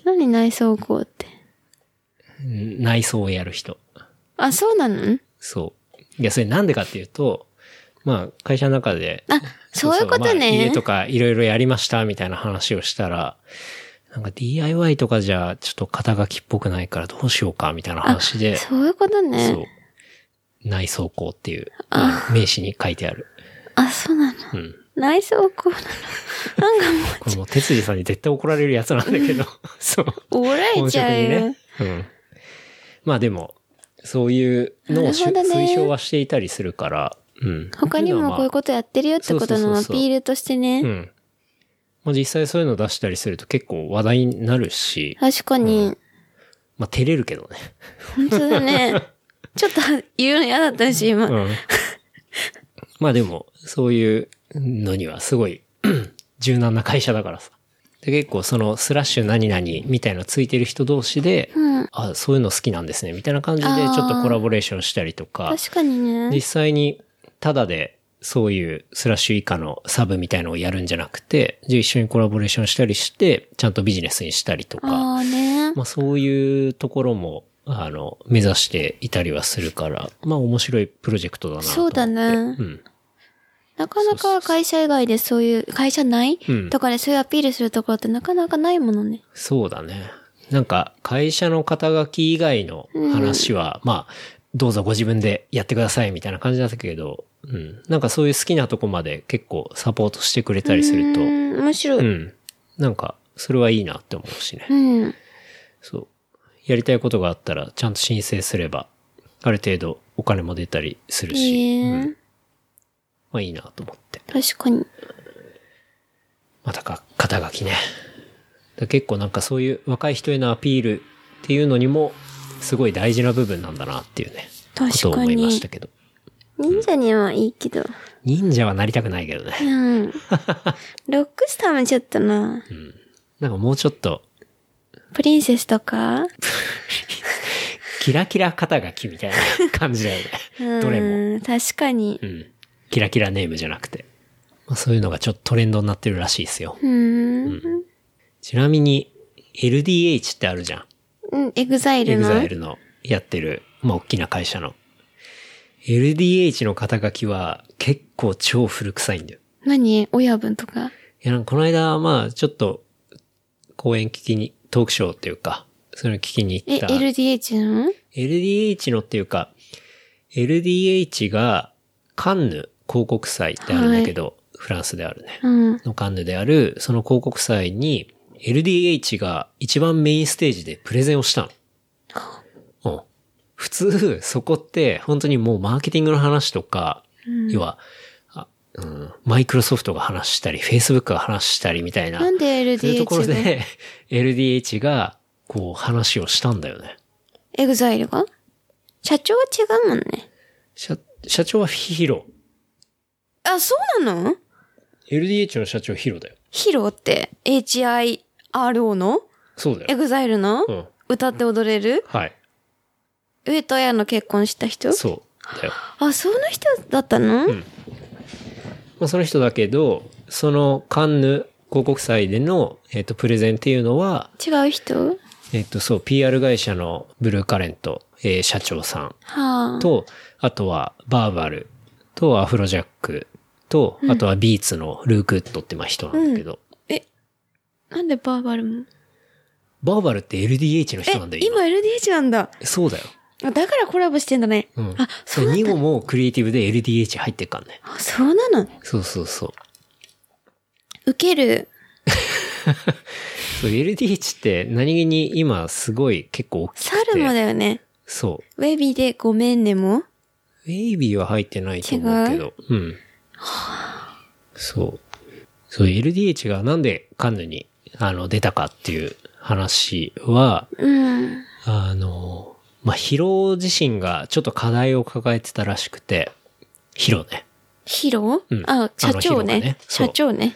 何内装工って。うん内装をやる人。あ、そうなのそう。いや、それなんでかっていうと、まあ、会社の中で。あ、そういうことまあ家ね。とかいろいろやりましたみたいな話をしたら、なんか DIY とかじゃちょっと肩書きっぽくないからどうしようかみたいな話で、そういうことそうね。。内装工っていう、まあ名刺に書いてある。あ、そうなの。うん。内装工なの。なんかこれもう哲司さんに絶対怒られるやつなんだけ ど、そう。もう、おられ本ち職ゃうによね。。うん。まあでも、そういうのをしゅ、なるほどね推奨はしていたりするから、うん。他にもこういうことやってるよってことのアピールとしてうね。ん。まあ、実際そういうの出したりすると結構話題になるし、確かに。まあ、照れるけどね。本当だね。 ちょっと言うの嫌だったし、今。うん。 まあでも、そういうのにはすごい柔軟な会社だからさ。で結構そのスラッシュ何々みたいのついてる人同士で、うん。あ、そういうの好きなんですね、みたいな感じであーちょっとコラボレーションしたりとか、確かにね実。際にタダでそういうスラッシュ以下のサブみたいのをやるんじゃなくて、じゃあ一緒にコラボレーションしたりして、ちゃんとビジネスにしたりとか、ああね。 まあそういうところも、あの、目指していたりはするから、まあ面白いプロジェクトだなと思って。そうだねうん。なかなか会社以外でそういう、会社内うんとかでそういうアピールするところってなかなかないものね。そうだね。なんか、会社の肩書き以外の話は、まあ、どうぞご自分でやってくださいみたいな感じだったけど、うん。なんかそういう好きなとこまで結構サポートしてくれたりすると、う、うん面白い。ん。なんか、それはいいなって思うしね。うん。そう。やりたいことがあったら、ちゃんと申請すれば、ある程度お金も出たりするし、えうんえ。まあいいなと思って。確かに。またか、肩書きね。だ結構なんかそういう若い人へのアピールっていうのにも、すごい大事な部分なんだなっていうね、確かにことを思いましたけど。忍者にはいいけど。忍者はなりたくないけどね。 うん。ロックスターもちょっとな。なんかもうちょっと、プリンセスとかキラキラ肩書きみたいな感じだよね。どれも。も。確かにう。ん。キラキラネームじゃなくて。まあ、そういうのがちょっとトレンドになってるらしいですよ。うん。ちなみに、LDH ってあるじゃん。うん、エグザイエルグの。ザイルのやってる、まあ、大きな会社の。LDH の肩書きは結構超古臭いんだよ。何親分とか。いや、なんかこの間、まあ、ちょっと、講演聞きに、トークショーっていうか、それを聞きに行え、った。 LDH なの LDH のっていうか、LDH が、カンヌ広告祭ってあるんだけど、フランスであるね。うん。のカンヌである、その広告祭に、LDH が一番メインステージでプレゼンをしたの。うん普通、そこって、本当にもうマーケティングの話とか、要は、あうんマイクロソフトが話したり、フェイスブックが話したりみたいな、なんそうでいうところ LDH がで、LDH が、こう話をしたんだよね。エグザイルが社長は違うもんね。社、社長はヒロ。あ、そうなの LDH の社長ヒロだよ。ヒロって、HIRO のそうだエよ。グザイルの、うん。歌って踊れるはい。上戸彩の結婚した人そうだよ。あ、その人だったの、んまあ、その人だけど、そのカンヌ広告祭での、えっとプレゼンっていうのは、違う人はえっとそう、PR 会社のブルーカレント、えー社長さあん。と、あとはバーバルとアフロジャックと、あとはビーツのルークウッドってまあ人なんだけど、え、なんでバーバルもバーバルって LDH のえ人なんだ、よ、今。今 LDH なんだ。そうだよ。あだからコラボしてんだね。うん。あ、そうなん2だ。号もクリエイティブで LDH 入ってっからね。あそうなの。そうそうそう。受ける。そう、LDH って何気に今すごい結構大きくて。猿もだよね。そう。ウェビーでごめんねも。ウェイビーは入ってないと思うけど。うん。そう。そう、LDH がなんでカンヌに、あの、出たかっていう話は、うん。あの、まあ、ヒロ自身がちょっと課題を抱えてたらしくて、ヒロね。ヒロ、うんあ、社あ長のヒロがね。ねそう社長ね。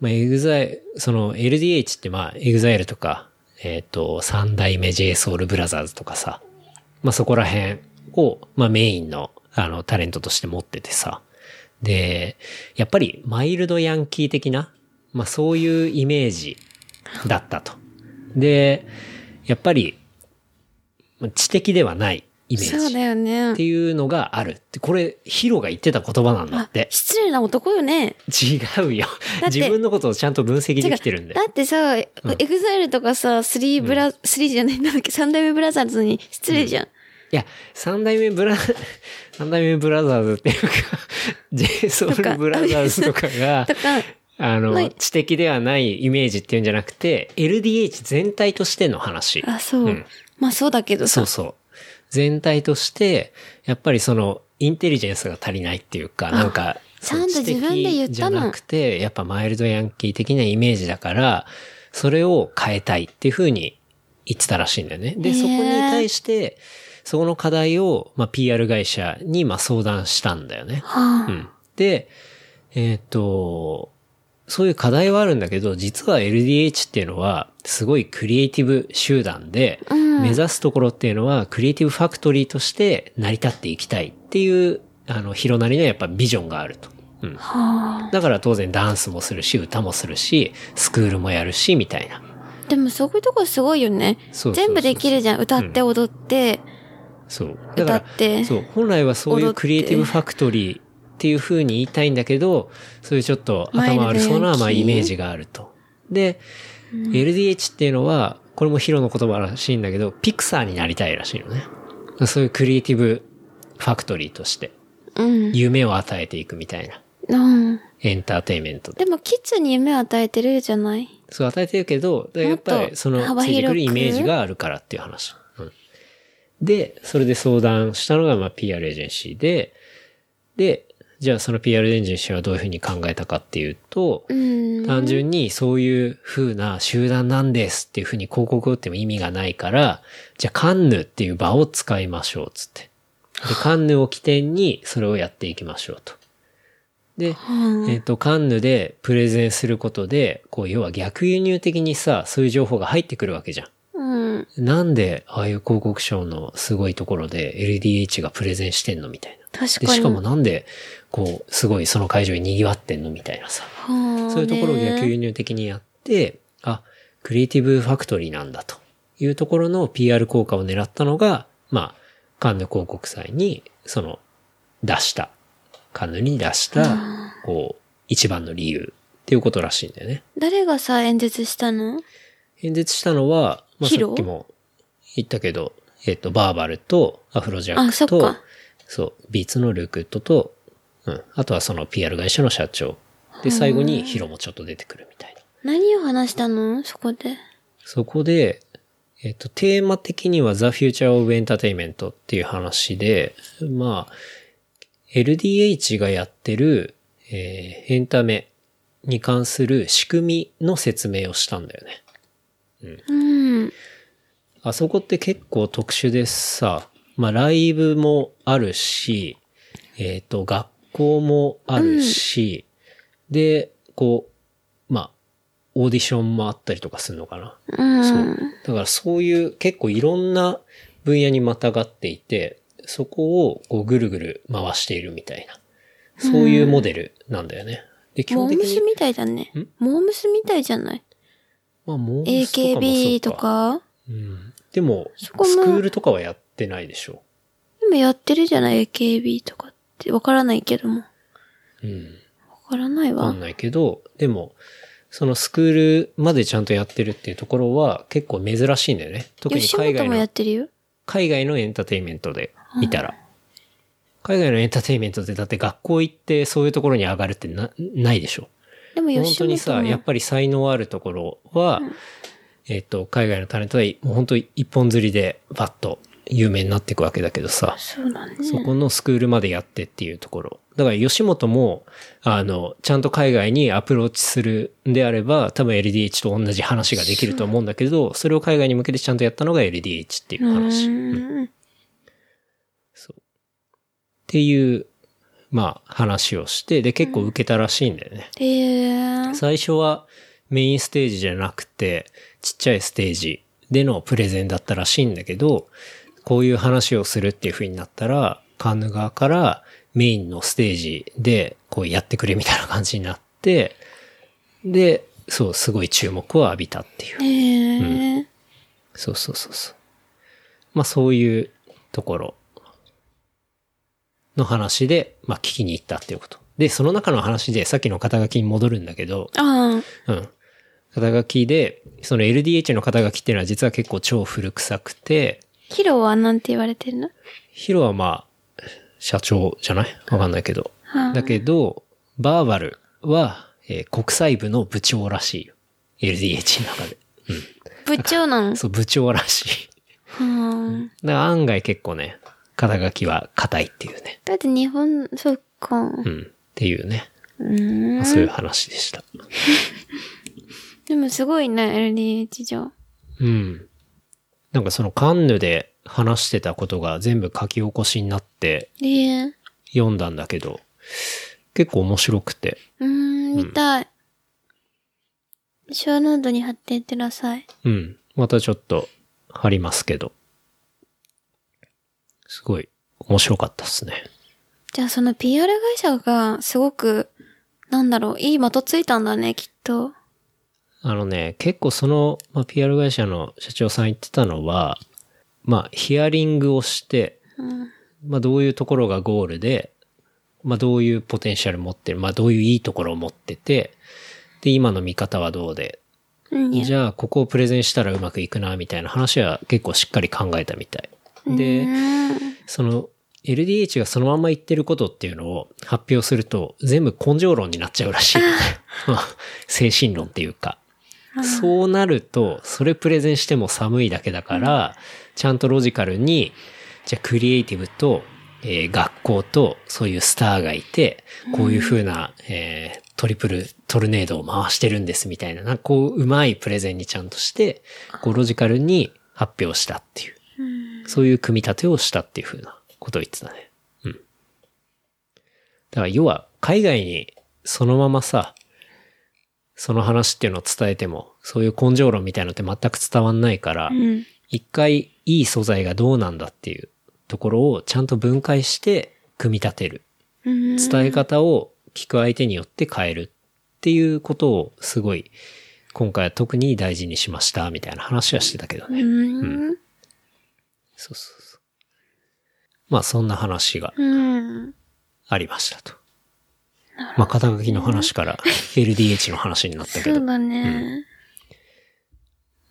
まあ、エグザイその LDH ってまあ、エグザイルとか、えっ、と、三代目 JSOUL BROTHERS とかさ、まあそこら辺を、まあメインの、あの、タレントとして持っててさ、で、やっぱりマイルドヤンキー的な、まあそういうイメージだったと。で、やっぱり、まあ知的ではないイメそうージだよねっ。ていうのがあるって、これ、ヒロが言ってた言葉なんだあって、。失礼な男よね。違うよ。だって自分のことをちゃんと分析できてるんだよだってさ、エグザイルとかさ、スリーブラ、スリーじゃないなんだっけ、三代目ブラザーズに失礼じゃん。いや、三代目ブラ、三代目ブラザーズって いうか、ジェイソウルブラザーズとかがと、か、あはの、い知的ではないイメージっていうんじゃなくて、LDH 全体としての話。あ、そう。うんまあそうだけどそさう。そう。全体として、やっぱりその、インテリジェンスが足りないっていうか、なんか、ちゃんと自分で言ったの知的じゃなくて、やっぱマイルドヤンキー的なイメージだから、それを変えたいっていうふうに言ってたらしいんだよね。へで、ーそこに対して、そこの課題を、まあ、PR 会社に、まあ、相談したんだよね。はあうん。で、えっ、と、そういう課題はあるんだけど、実は LDH っていうのは、すごいクリエイティブ集団で、うん目指すところっていうのは、クリエイティブファクトリーとして成り立っていきたいっていう、あの、広なりのやっぱビジョンがあると。うん。はあ。だから当然ダンスもするし、歌もするし、スクールもやるし、みたいな。でもそういうとこすごいよね。そうそうそう全部できるじゃん。歌って踊って。そう。だ歌かってら、そう。本来はそうい踊っうてクリエイティブファクトリーっていう風に言いたいんだけど、そういうちょっと頭悪そうマイルドヤンな、キーまあ、イメージがあると。で、LDH っていうのは、これもヒロの言葉らしいんだけど、ピクサーになりたいらしいのね。そういうクリエイティブファクトリーとして、うん。夢を与えていくみたいな。うん。エンターテインメントで。でもキッズに夢を与えてるじゃないそう与えてるけど、やっぱもっとりその幅ついてくる広イくメージがあるからっていう話。うんで、それで相談したのがまあ PR エージェンシーで、で、じゃあその PR エージェンシーはどういうふうに考えたかっていうと、うん。単純にそういう風な集団なんですっていう風に広告を打っても意味がないから、じゃあカンヌっていう場を使いましょう、つって。で、カンヌを起点にそれをやっていきましょうと。で、うんえっ、と、カンヌでプレゼンすることで、こう、要は逆輸入的にさ、そういう情報が入ってくるわけじゃん。うん。なんで、ああいう広告賞のすごいところで LDH がプレゼンしてんのみたいな。確で、かに。しかもなんで、こう、すごいその会場に賑わってんのみたいなさ。はあそういうところを逆輸ね入的にやって、あ、クリエイティブファクトリーなんだというところの PR 効果を狙ったのが、まあ、カンヌ広告祭に、その、出した、カンヌに出した、こう、一番の理由っていうことらしいんだよね。誰がさ、演説したの演説したのは、まあ、ヒさロっきも言ったけど、えっと、バーバルとアフロジャあそックっとか、そう、ビーツのルクットと、うん、あとはその PR 会社の社長。で、最後にヒロもちょっと出てくるみたいな。何を話したのそこで。そこで、えっと、テーマ的には The Future of Entertainment っていう話で、まあ、LDH がやってる、えーエンタメに関する仕組みの説明をしたんだよね。うん。あそこって結構特殊でさ、まあライブもあるし、えっ、と、学校もあるし、で、こう、まあ、オーディションもあったりとかするのかな。うん。そう。だからそういう結構いろんな分野にまたがっていて、そこをこうぐるぐる回しているみたいな。そういうモデルなんだよね。で、基モ本ー的ムスに、みたいだね。モームスみたいじゃないまあ、モームスとかもそう ?AKB と。か。うん。でも、スそクこもールとかはやってないでしょ今やってるじゃない ?AKB とかって。わからないけども。わう。うん。からないわかわん。ないけど、でも、そのスクールまでちゃんとやってるっていうところは結構珍しいんだよね。特に吉海本外もやっの、てるよ。海外のエンターテインメントで見たら。海外のエンターテインメントでだって学校行ってそういうところに上がるってな、ないでしょ。でも本吉当本も。にさ、やっぱり才能あるところは、えっと、海外のタレントはもう本当一本釣りでパッと有名になっていくわけだけどさ。そうだね。そこのスクールまでやってっていうところ。だから吉本も、あの、ちゃんと海外にアプローチするんであれば、多分 LDH と同じ話ができると思うんだけど、それを海外に向けてちゃんとやったのが LDH っていうう話。ーん。そう。っていう、まあ、話をして、で、結構受けたらしいんだよね。えー。最初はメインステージじゃなくて、ちっちゃいステージでのプレゼンだったらしいんだけど、こういう話をするっていう風になったら、カンヌ側からメインのステージでこうやってくれみたいな感じになって、で、そう、すごい注目を浴びたっていう。えー。そうそうそうそう。まあそういうところの話で、まあ聞きに行ったっていうこと。で、その中の話でさっきの肩書きに戻るんだけど、ああ。うん。肩書きで、その LDH の肩書きっていうのは実は結構超古臭くて、ヒロはなんて言われてるのヒロはまあ、社長じゃないわかんないけど。はあだけど、バーバルは、えー国際部の部長らしいよ。LDH の中で。部長な のそう、部長らしはあ。い。だから案外結構ね、肩書きは硬いっていうね。だって日本、そっか。うん。っていうね。うんまあ。そういう話でした。でもすごいな、LDH 上。うん。なんかそのカンヌで話してたことが全部書き起こしになって、えー。読んだんだけど、結構面白くて。うーん、見たい。ショーノートに貼ってください。うん。またちょっと貼りますけど。すごい面白かったっすね。じゃあその PR 会社がすごく、なんだろう、いい的ついたんだね、きっと。あのね、結構その、まあ、PR 会社の社長さん言ってたのは、まあ、ヒアリングをして、うん。まあ、どういうところがゴールで、まあ、どういうポテンシャル持ってる、まあ、どういういいところを持ってて、で、今の見方はどうで、うんいやじゃあ、ここをプレゼンしたらうまくいくな、みたいな話は結構しっかり考えたみたい。で、うんその、LDH がそのまんま言ってることっていうのを発表すると、全部根性論になっちゃうらしい。 まあ精神論っていうか。そうなると、それプレゼンしても寒いだけだから、ちゃんとロジカルに、じゃあクリエイティブと、えー学校と、そういうスターがいて、こういう風な、えートリプルトルネードを回してるんですみたいな、なんかこう、うまいプレゼンにちゃんとして、こうロジカルに発表したっていう。そういう組み立てをしたっていう風なことを言ってたね。うん。だから要は海外にそのままさ、その話っていうのを伝えても、そういう根性論みたいのって全く伝わんないから、うん。一回いい素材がどうなんだっていうところをちゃんと分解して組み立てる。うん。伝え方を聞く相手によって変えるっていうことをすごい今回は特に大事にしましたみたいな話はしてたけどね。うん。そうそうそう。まあそんな話がうん。ありましたと。まあ肩書きの話から LDH の話になったけそどう。だね。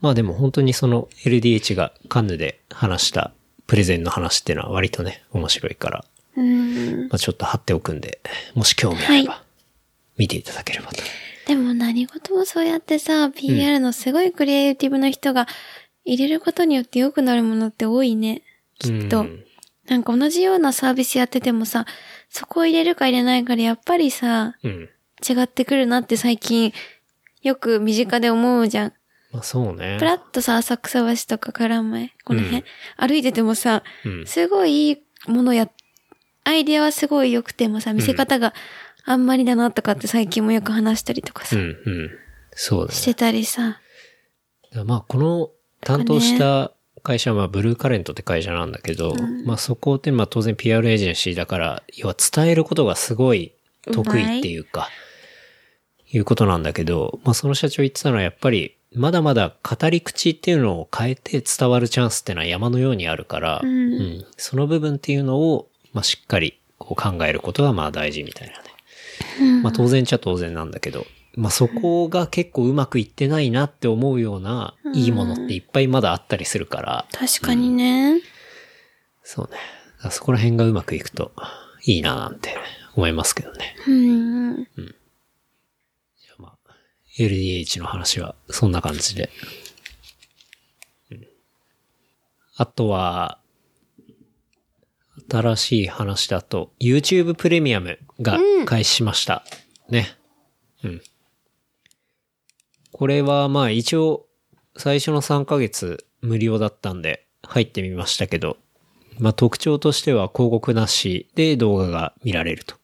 まあでも本当にその LDH がカンヌで話したプレゼンの話っていうのは割とね、面白いから、うん。まあちょっと貼っておくんで、もし興味あれば見ていただければと。でも何事もそうやってさ、PR のすごいクリエイティブな人が入れることによって良くなるものって多いね。きっと。うんなんか同じようなサービスやっててもさ、そこを入れるか入れないかでやっぱりさ、うん。違ってくるなって最近よく身近で思うじゃん。まあそうね。プラッとさ、浅草橋とかから前、この辺、うん歩いててもさ、うん。すごいいいものや、アイデアはすごい良くてもさ、見せ方があんまりだなとかって最近もよく話したりとかうさ、ん、うん。そうだねし。てたりさ。だからまあこの担当した会社はまあブルーカレントって会社なんだけど、まあそこってまあ当然 PR エージェンシーだから、要は伝えることがすごい得意っていうか、いうことなんだけど、まあその社長言ってたのはやっぱり、まだまだ語り口っていうのを変えて伝わるチャンスってのは山のようにあるから、うんうんその部分っていうのを、まあしっかりこう考えることがまあ大事みたいなね。まあ当然ちゃ当然なんだけど、まあそこが結構うまくいってないなって思うような、いいものっていっぱいまだあったりするから、確かにね。そうね。あそこら辺がうまくいくといいななんて思いますけどね。うん。じゃあまあ、LDH の話はそんな感じで。うんあとは、新しい話だと、YouTube プレミアムが開始しました。ね。うん。これはまあ一応、最初の3ヶ月無料だったんで入ってみましたけど、まあ特徴としては広告なしで動画が見られると。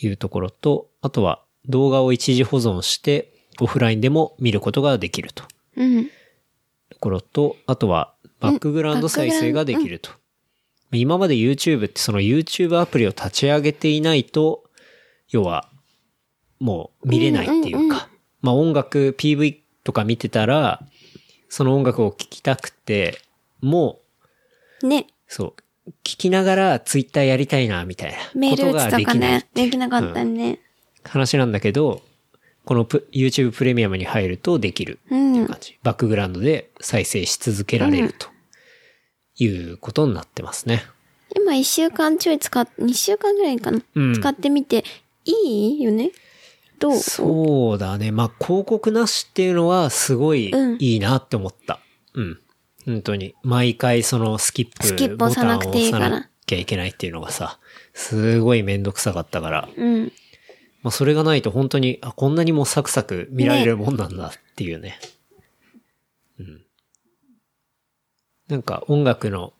いうところと、あとは動画を一時保存してオフラインでも見ることができると。うん。ところと、あとはバックグラウンド再生ができると。今まで YouTube ってその YouTube アプリを立ち上げていないと、要はもう見れないっていうか、まあ音楽 PV とか見てたら、その音楽を聴きたくて、もうね。そう、聞きながら Twitter やりたいなみたいなメこーとル打がつとでかきないね。できなかったね。話なんだけど、このプ YouTube プレミアムに入るとできるうん。感じ。バックグラウンドで再生し続けられるということになってますね。今一週間ちょい使っ、二週間ぐらいかな。うん使ってみて、いいよねどうそうだね。まあ、広告なしっていうのはすごいうんいいなって思った。うん。本当に。毎回そのスキップスキップボ押さタンなをくていい押かさらなきゃいけないっていうのがさ、すごいめんどくさかったから。うん。まあ、それがないと本当に、あ、こんなにもサクサク見られるもんなんだっていうね。うん。なんか音楽の、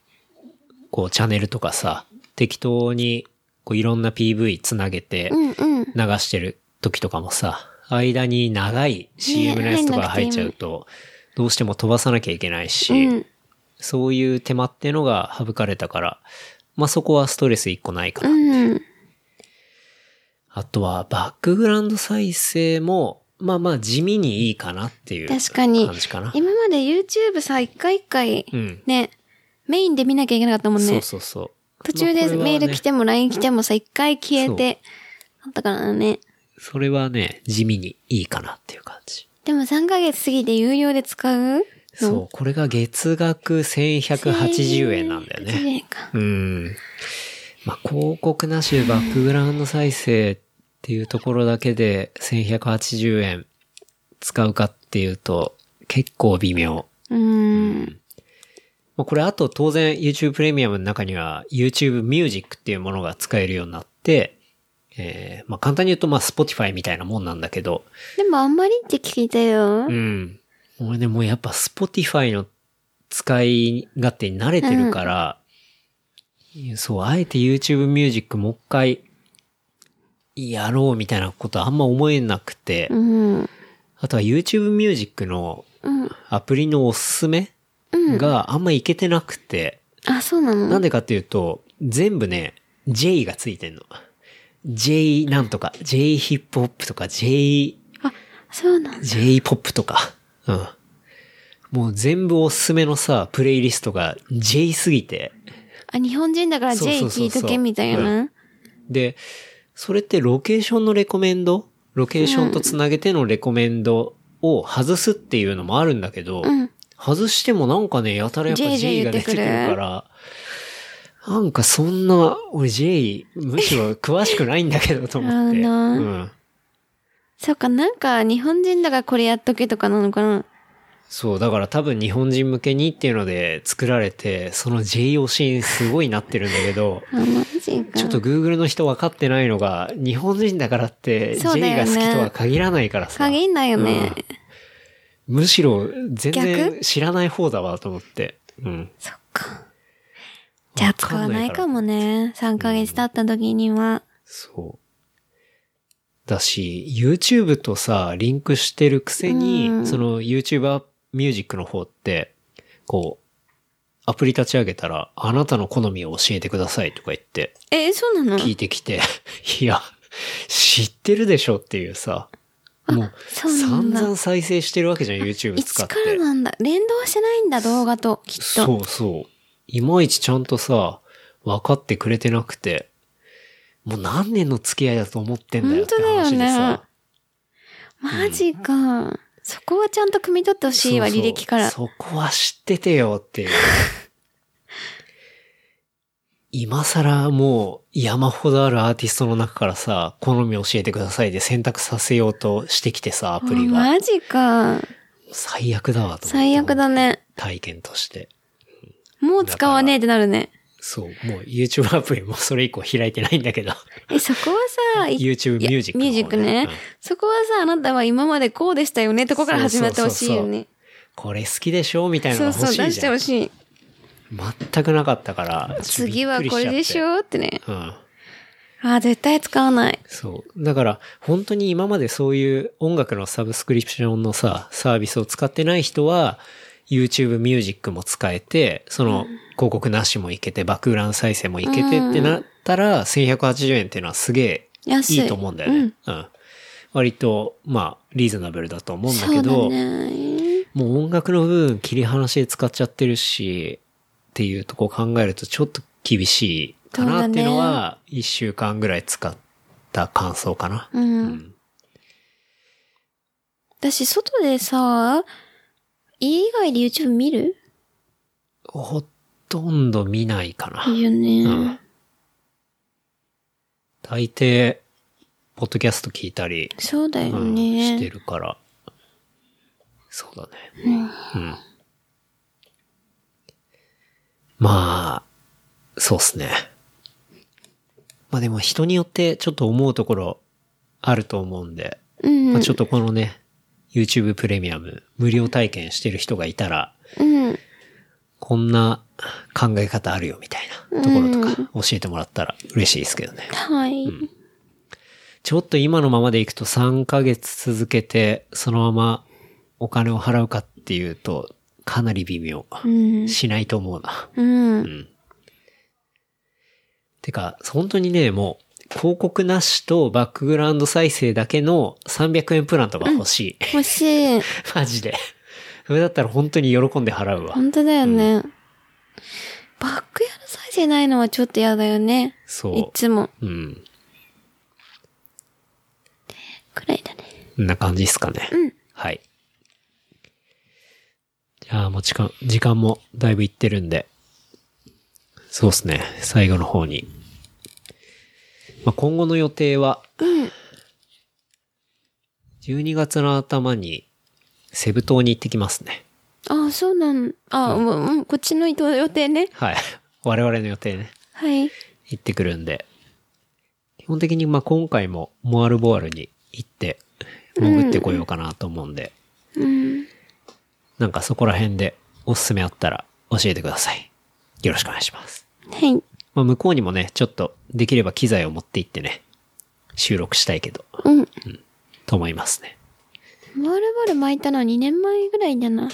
こう、チャンネルとかさ、適当に、こう、いろんな PV つなげてうんうん。流してる時とかもさ、間に長い CM のやつとか入っちゃうと、どうしても飛ばさなきゃいけないし、うんそういう手間ってのが省かれたから、まあそこはストレス一個ないかな。うん。あとはバックグラウンド再生も、まあまあ地味にいいかなっていう感じ確かかにな。。今まで YouTube さ、一回一回、うんね、メインで見なきゃいけなかったもんね。そうそうそう。途中まあでこれはメールね来ても LINE 来てもさ、一回消えて、あったからね。それはね、地味にいいかなっていう感じ。でも3ヶ月過ぎて有料で使うそう、これが月額1180円なんだよ80ね。円か。うん。まあ、広告なしでバックグラウンド再生っていうところだけで1180円使うかっていうと結構微妙。うーん。まあ、これあと当然 YouTube プレミアムの中には YouTube ミュージックっていうものが使えるようになって、えーまあ、簡単に言うとまあ Spotify みたいなもんなんだけど、でもあんまりって聞いたよ。うん。俺ね、もうやっぱ Spotify の使い勝手に慣れてるから、そう、あえて YouTube ミュージックもう一回やろうみたいなことあんま思えなくて、うん。うん。あとは YouTube ミュージックのアプリのおすすめがあんまいけてなくて、あ、そうなのなんでかっていうと、全部ね、J がついてんの。J なんとか、J ヒップホップとか、J あ、そうなの J-POP とか。うん。もう全部おすすめのさ、プレイリストが J すぎて。あ、日本人だからそう J そうそう聞いそうとけみたいな。で、それってロケーションのレコメンドロケーションとつなげてのレコメンドを外すっていうのもあるんだけど、うん。外してもなんかね、やたらやっぱ J J が出てくる言ってかくら、なんかそんな、俺 J、むしろ詳しくないんだけどと思って。あーなーうん。そっか、なんか日本人だからこれやっとけとかなのかな。そう、だから多分日本人向けにっていうので作られて、その J 推しにすごいなってるんだけど、 あ、マジか。ちょっと Google の人分かってないのが、日本人だからってそう J だよがね好きとは限らないからさ。限んないよね。むしろ全然逆知らない方だわと思って。うん。そっか。じゃあ使わないかもね。3ヶ月経った時には。そう。だし、YouTube とさ、リンクしてるくせに、うんその YouTuber ミュージックの方って、こう、アプリ立ち上げたら、あなたの好みを教えてくださいとか言って、え、そうなの聞いてきて、いや、知ってるでしょっていうさ、もう、そうなん散だ。々再生してるわけじゃん、YouTube いつ使っかて。らなんだ。連動してないんだ、動画と。きっと。そうそう。いまいちちゃんとさ、分かってくれてなくて、もう何年の付き合いだと思ってんだよって話で本さ。マジか。そこはちゃんと汲み取ってほしいわ、そうそう履歴から。そこは知っててよって いう。今更もう山ほどあるアーティストの中からさ、好み教えてくださいで選択させようとしてきてさ、アプリが。マジか。最悪だわと思って。最悪だね。体験として。もう使わねえってなるね。そう、もう YouTube アプリもそれ以降開いてないんだけど。え、そこはさ、い YouTube ミュージック、ミュージックね。そこはさ、あなたは今までこうでしたよねとこから始まってほしいよね。これ好きでしょみたいなのそが欲うそしう、い出しじてゃんほ。しい。全くなかったから。次はこれでしびっょってね。くりしちゃってうん。あー、絶対使わない。そう。だから、本当に今までそういう音楽のサブスクリプションのさ、サービスを使ってない人は、YouTube ミュージックも使えて、その、広告なしもいけて、バックグラウンド再生もいけてってなったら、1180円っていうのはすげえ安い。いいと思うんだよね。うん。割と、まあ、リーズナブルだと思うんだそうけど、ね。もう音楽の部分切り離しで使っちゃってるし、っていうとこ考えるとちょっと厳しいかなっていうのそうは、一週間ぐらい使った感想かな。うん。私、外でさ、家以外で YouTube 見るほとんど見ないかな。いいようんね。大抵、ポッドキャスト聞いたり、そうだようんしてね。るから。そうだね。うん。まあ、そうっすね。まあでも人によってちょっと思うところあると思うんで、うんまあ、。ちょっとこのね、YouTube プレミアム無料体験してる人がいたら、うん。こんな考え方あるよみたいなところとか教えてもらったら嬉しいですけどね。はい。ちょっと今のままでいくと3ヶ月続けて、そのままお金を払うかっていうと、かなり微妙。うん。しないと思うな。うん。てか、本当にね、もう、広告なしとバックグラウンド再生だけの300円プランとか欲しい。欲しい。 マジで。それだったら本当に喜んで払うわ。本当だよね。バックヤード再生ないのはちょっと嫌だよね。いそつも。う。うん。くらいだね。こんな感じですかね。うんはい。じゃあもう時間、時間もだいぶいってるんで。そうですね。最後の方に。まあ、今後の予定は、12月の頭にセブ島に行ってきますね。ああ、そうなん、ああ、うん、うんこっちの移動予定ね。はい。 我々の予定ね。はい。行ってくるんで。基本的にまあ今回もモアルボアルに行って潜ってこようかなと思うんで、うん。なんかそこら辺でおすすめあったら教えてください。よろしくお願いします。はい。まあ向こうにもね、ちょっとできれば機材を持って行ってね、収録したいけど、うん。と思いますね。モールボール巻いたのは2年前ぐらいだな。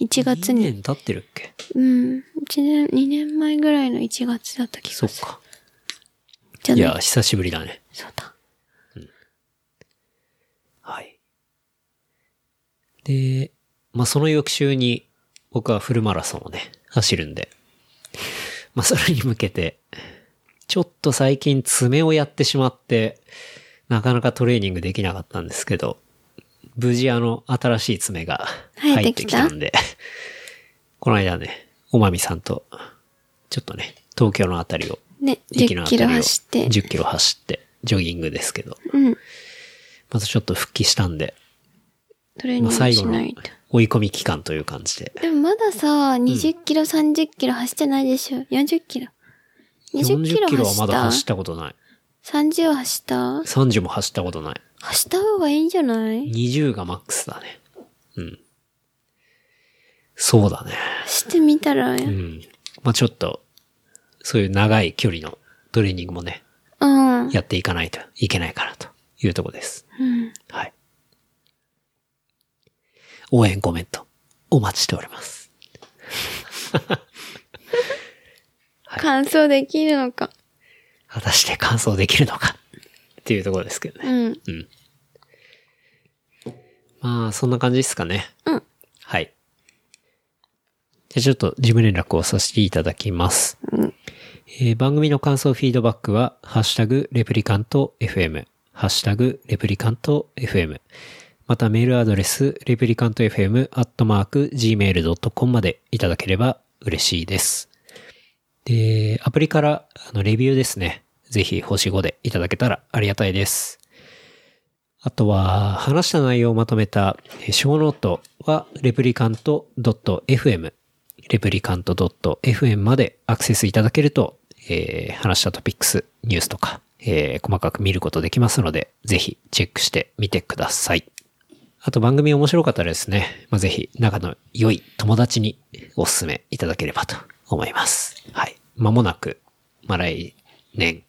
1月2に。年経ってるっけうん。一年、2年前ぐらいの1月だった気そがっする。か。じゃいあや、ね。久しぶりだね。そうだ。はい。で、まあ、その翌週に僕はフルマラソンをね、走るんで、まあ、それに向けて、ちょっと最近爪をやってしまって、なかなかトレーニングできなかったんですけど、無事あの、新しい爪が生入えっててききたたんで、この間ね、おまみさんと、ちょっとね、東京のあたりを、ね、駅の10あキたロりを走って。 10キロ走って、ジョギングですけど、うん。まずちょっと復帰したんで、トレーニンまグあ、最後しのないと。追い込み期間という感じで。でもまださ、20キロ、30キロ走ってないでしょ。40キロ。20キ40ロキロは走まっだた。走ったことない。 30は走った。 30も走ったことない。走った方がいいんじゃない20がマックスだね。うん。そうだね。走ってみたら、う。うんん。まあ、ちょっと、そういう長い距離のトレーニングもね、うん。やっていかないといけないかなというとこです。はい。応援コメント、お待ちしております。完走できるのか。果たして完走できるのかっていうところですけどね。うん。うん。まあ、そんな感じですかね。うん。はい。じゃあちょっと事務連絡をさせていただきます。えー番組の感想フィードバックは、ハッシュタグレプリカント FM、ハッシュタグレプリカント FM、またメールアドレス、レプリカント FM、アットマーク、gmail.com までいただければ嬉しいです。で、アプリから、あの、レビューですね。ぜひ、星5でいただけたらありがたいです。あとは、話した内容をまとめた、えー小ノートは、レプリカント .fm、レプリカント .fm までアクセスいただけると、えー話したトピックス、ニュースとか、えー細かく見ることできますので、ぜひチェックしてみてください。あと番組面白かったらですね、まあ、ぜひ仲の良い友達にお勧めいただければと思います。はい。まもなく、まあ、来年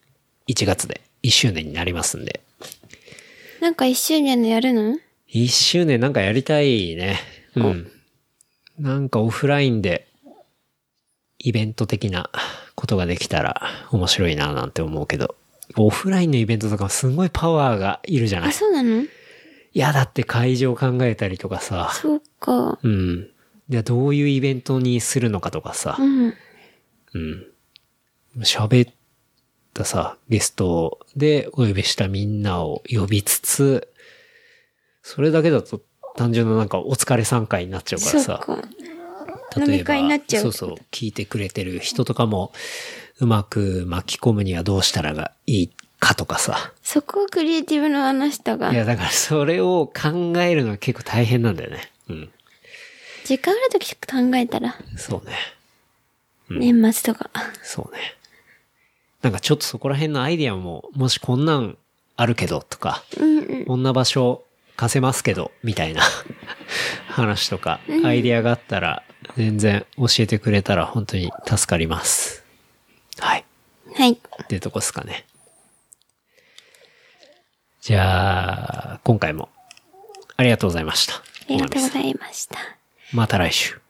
1月で1周年になりますんで、なんか一周年のやるの一周年なんかやりたいね。うん。なんかオフラインで、イベント的なことができたら面白いななんて思うけど、オフラインのイベントとかすごいパワーがいるじゃなあ、いそうなのいや、だって会場考えたりとかさ、そうか。うん。で、どういうイベントにするのかとかさう、ん。うん。喋ったさ、ゲストでお呼びしたみんなを呼びつつ、それだけだと単純ななんかお疲れ参加になっちゃうからそうさ、か。例えば飲み会になっちゃうそうそう、聞いてくれてる人とかもうまく巻き込むにはどうしたらがいいかとかさ。そこはクリエイティブのあの人がい。や、だからそれを考えるのは結構大変なんだよね。うん。時間あるとき考えたら、そうね。年末とか。そうね。なんかちょっとそこら辺のアイディアも、もしこんなんあるけどとか、うんうん。こんな場所貸せますけど、みたいな 話とか、アイディアがあったら、全然教えてくれたら本当に助かります。はい。はい。ってとこっすかね。じゃあ、今回もありがとうございました。ありがとうございました。また来週。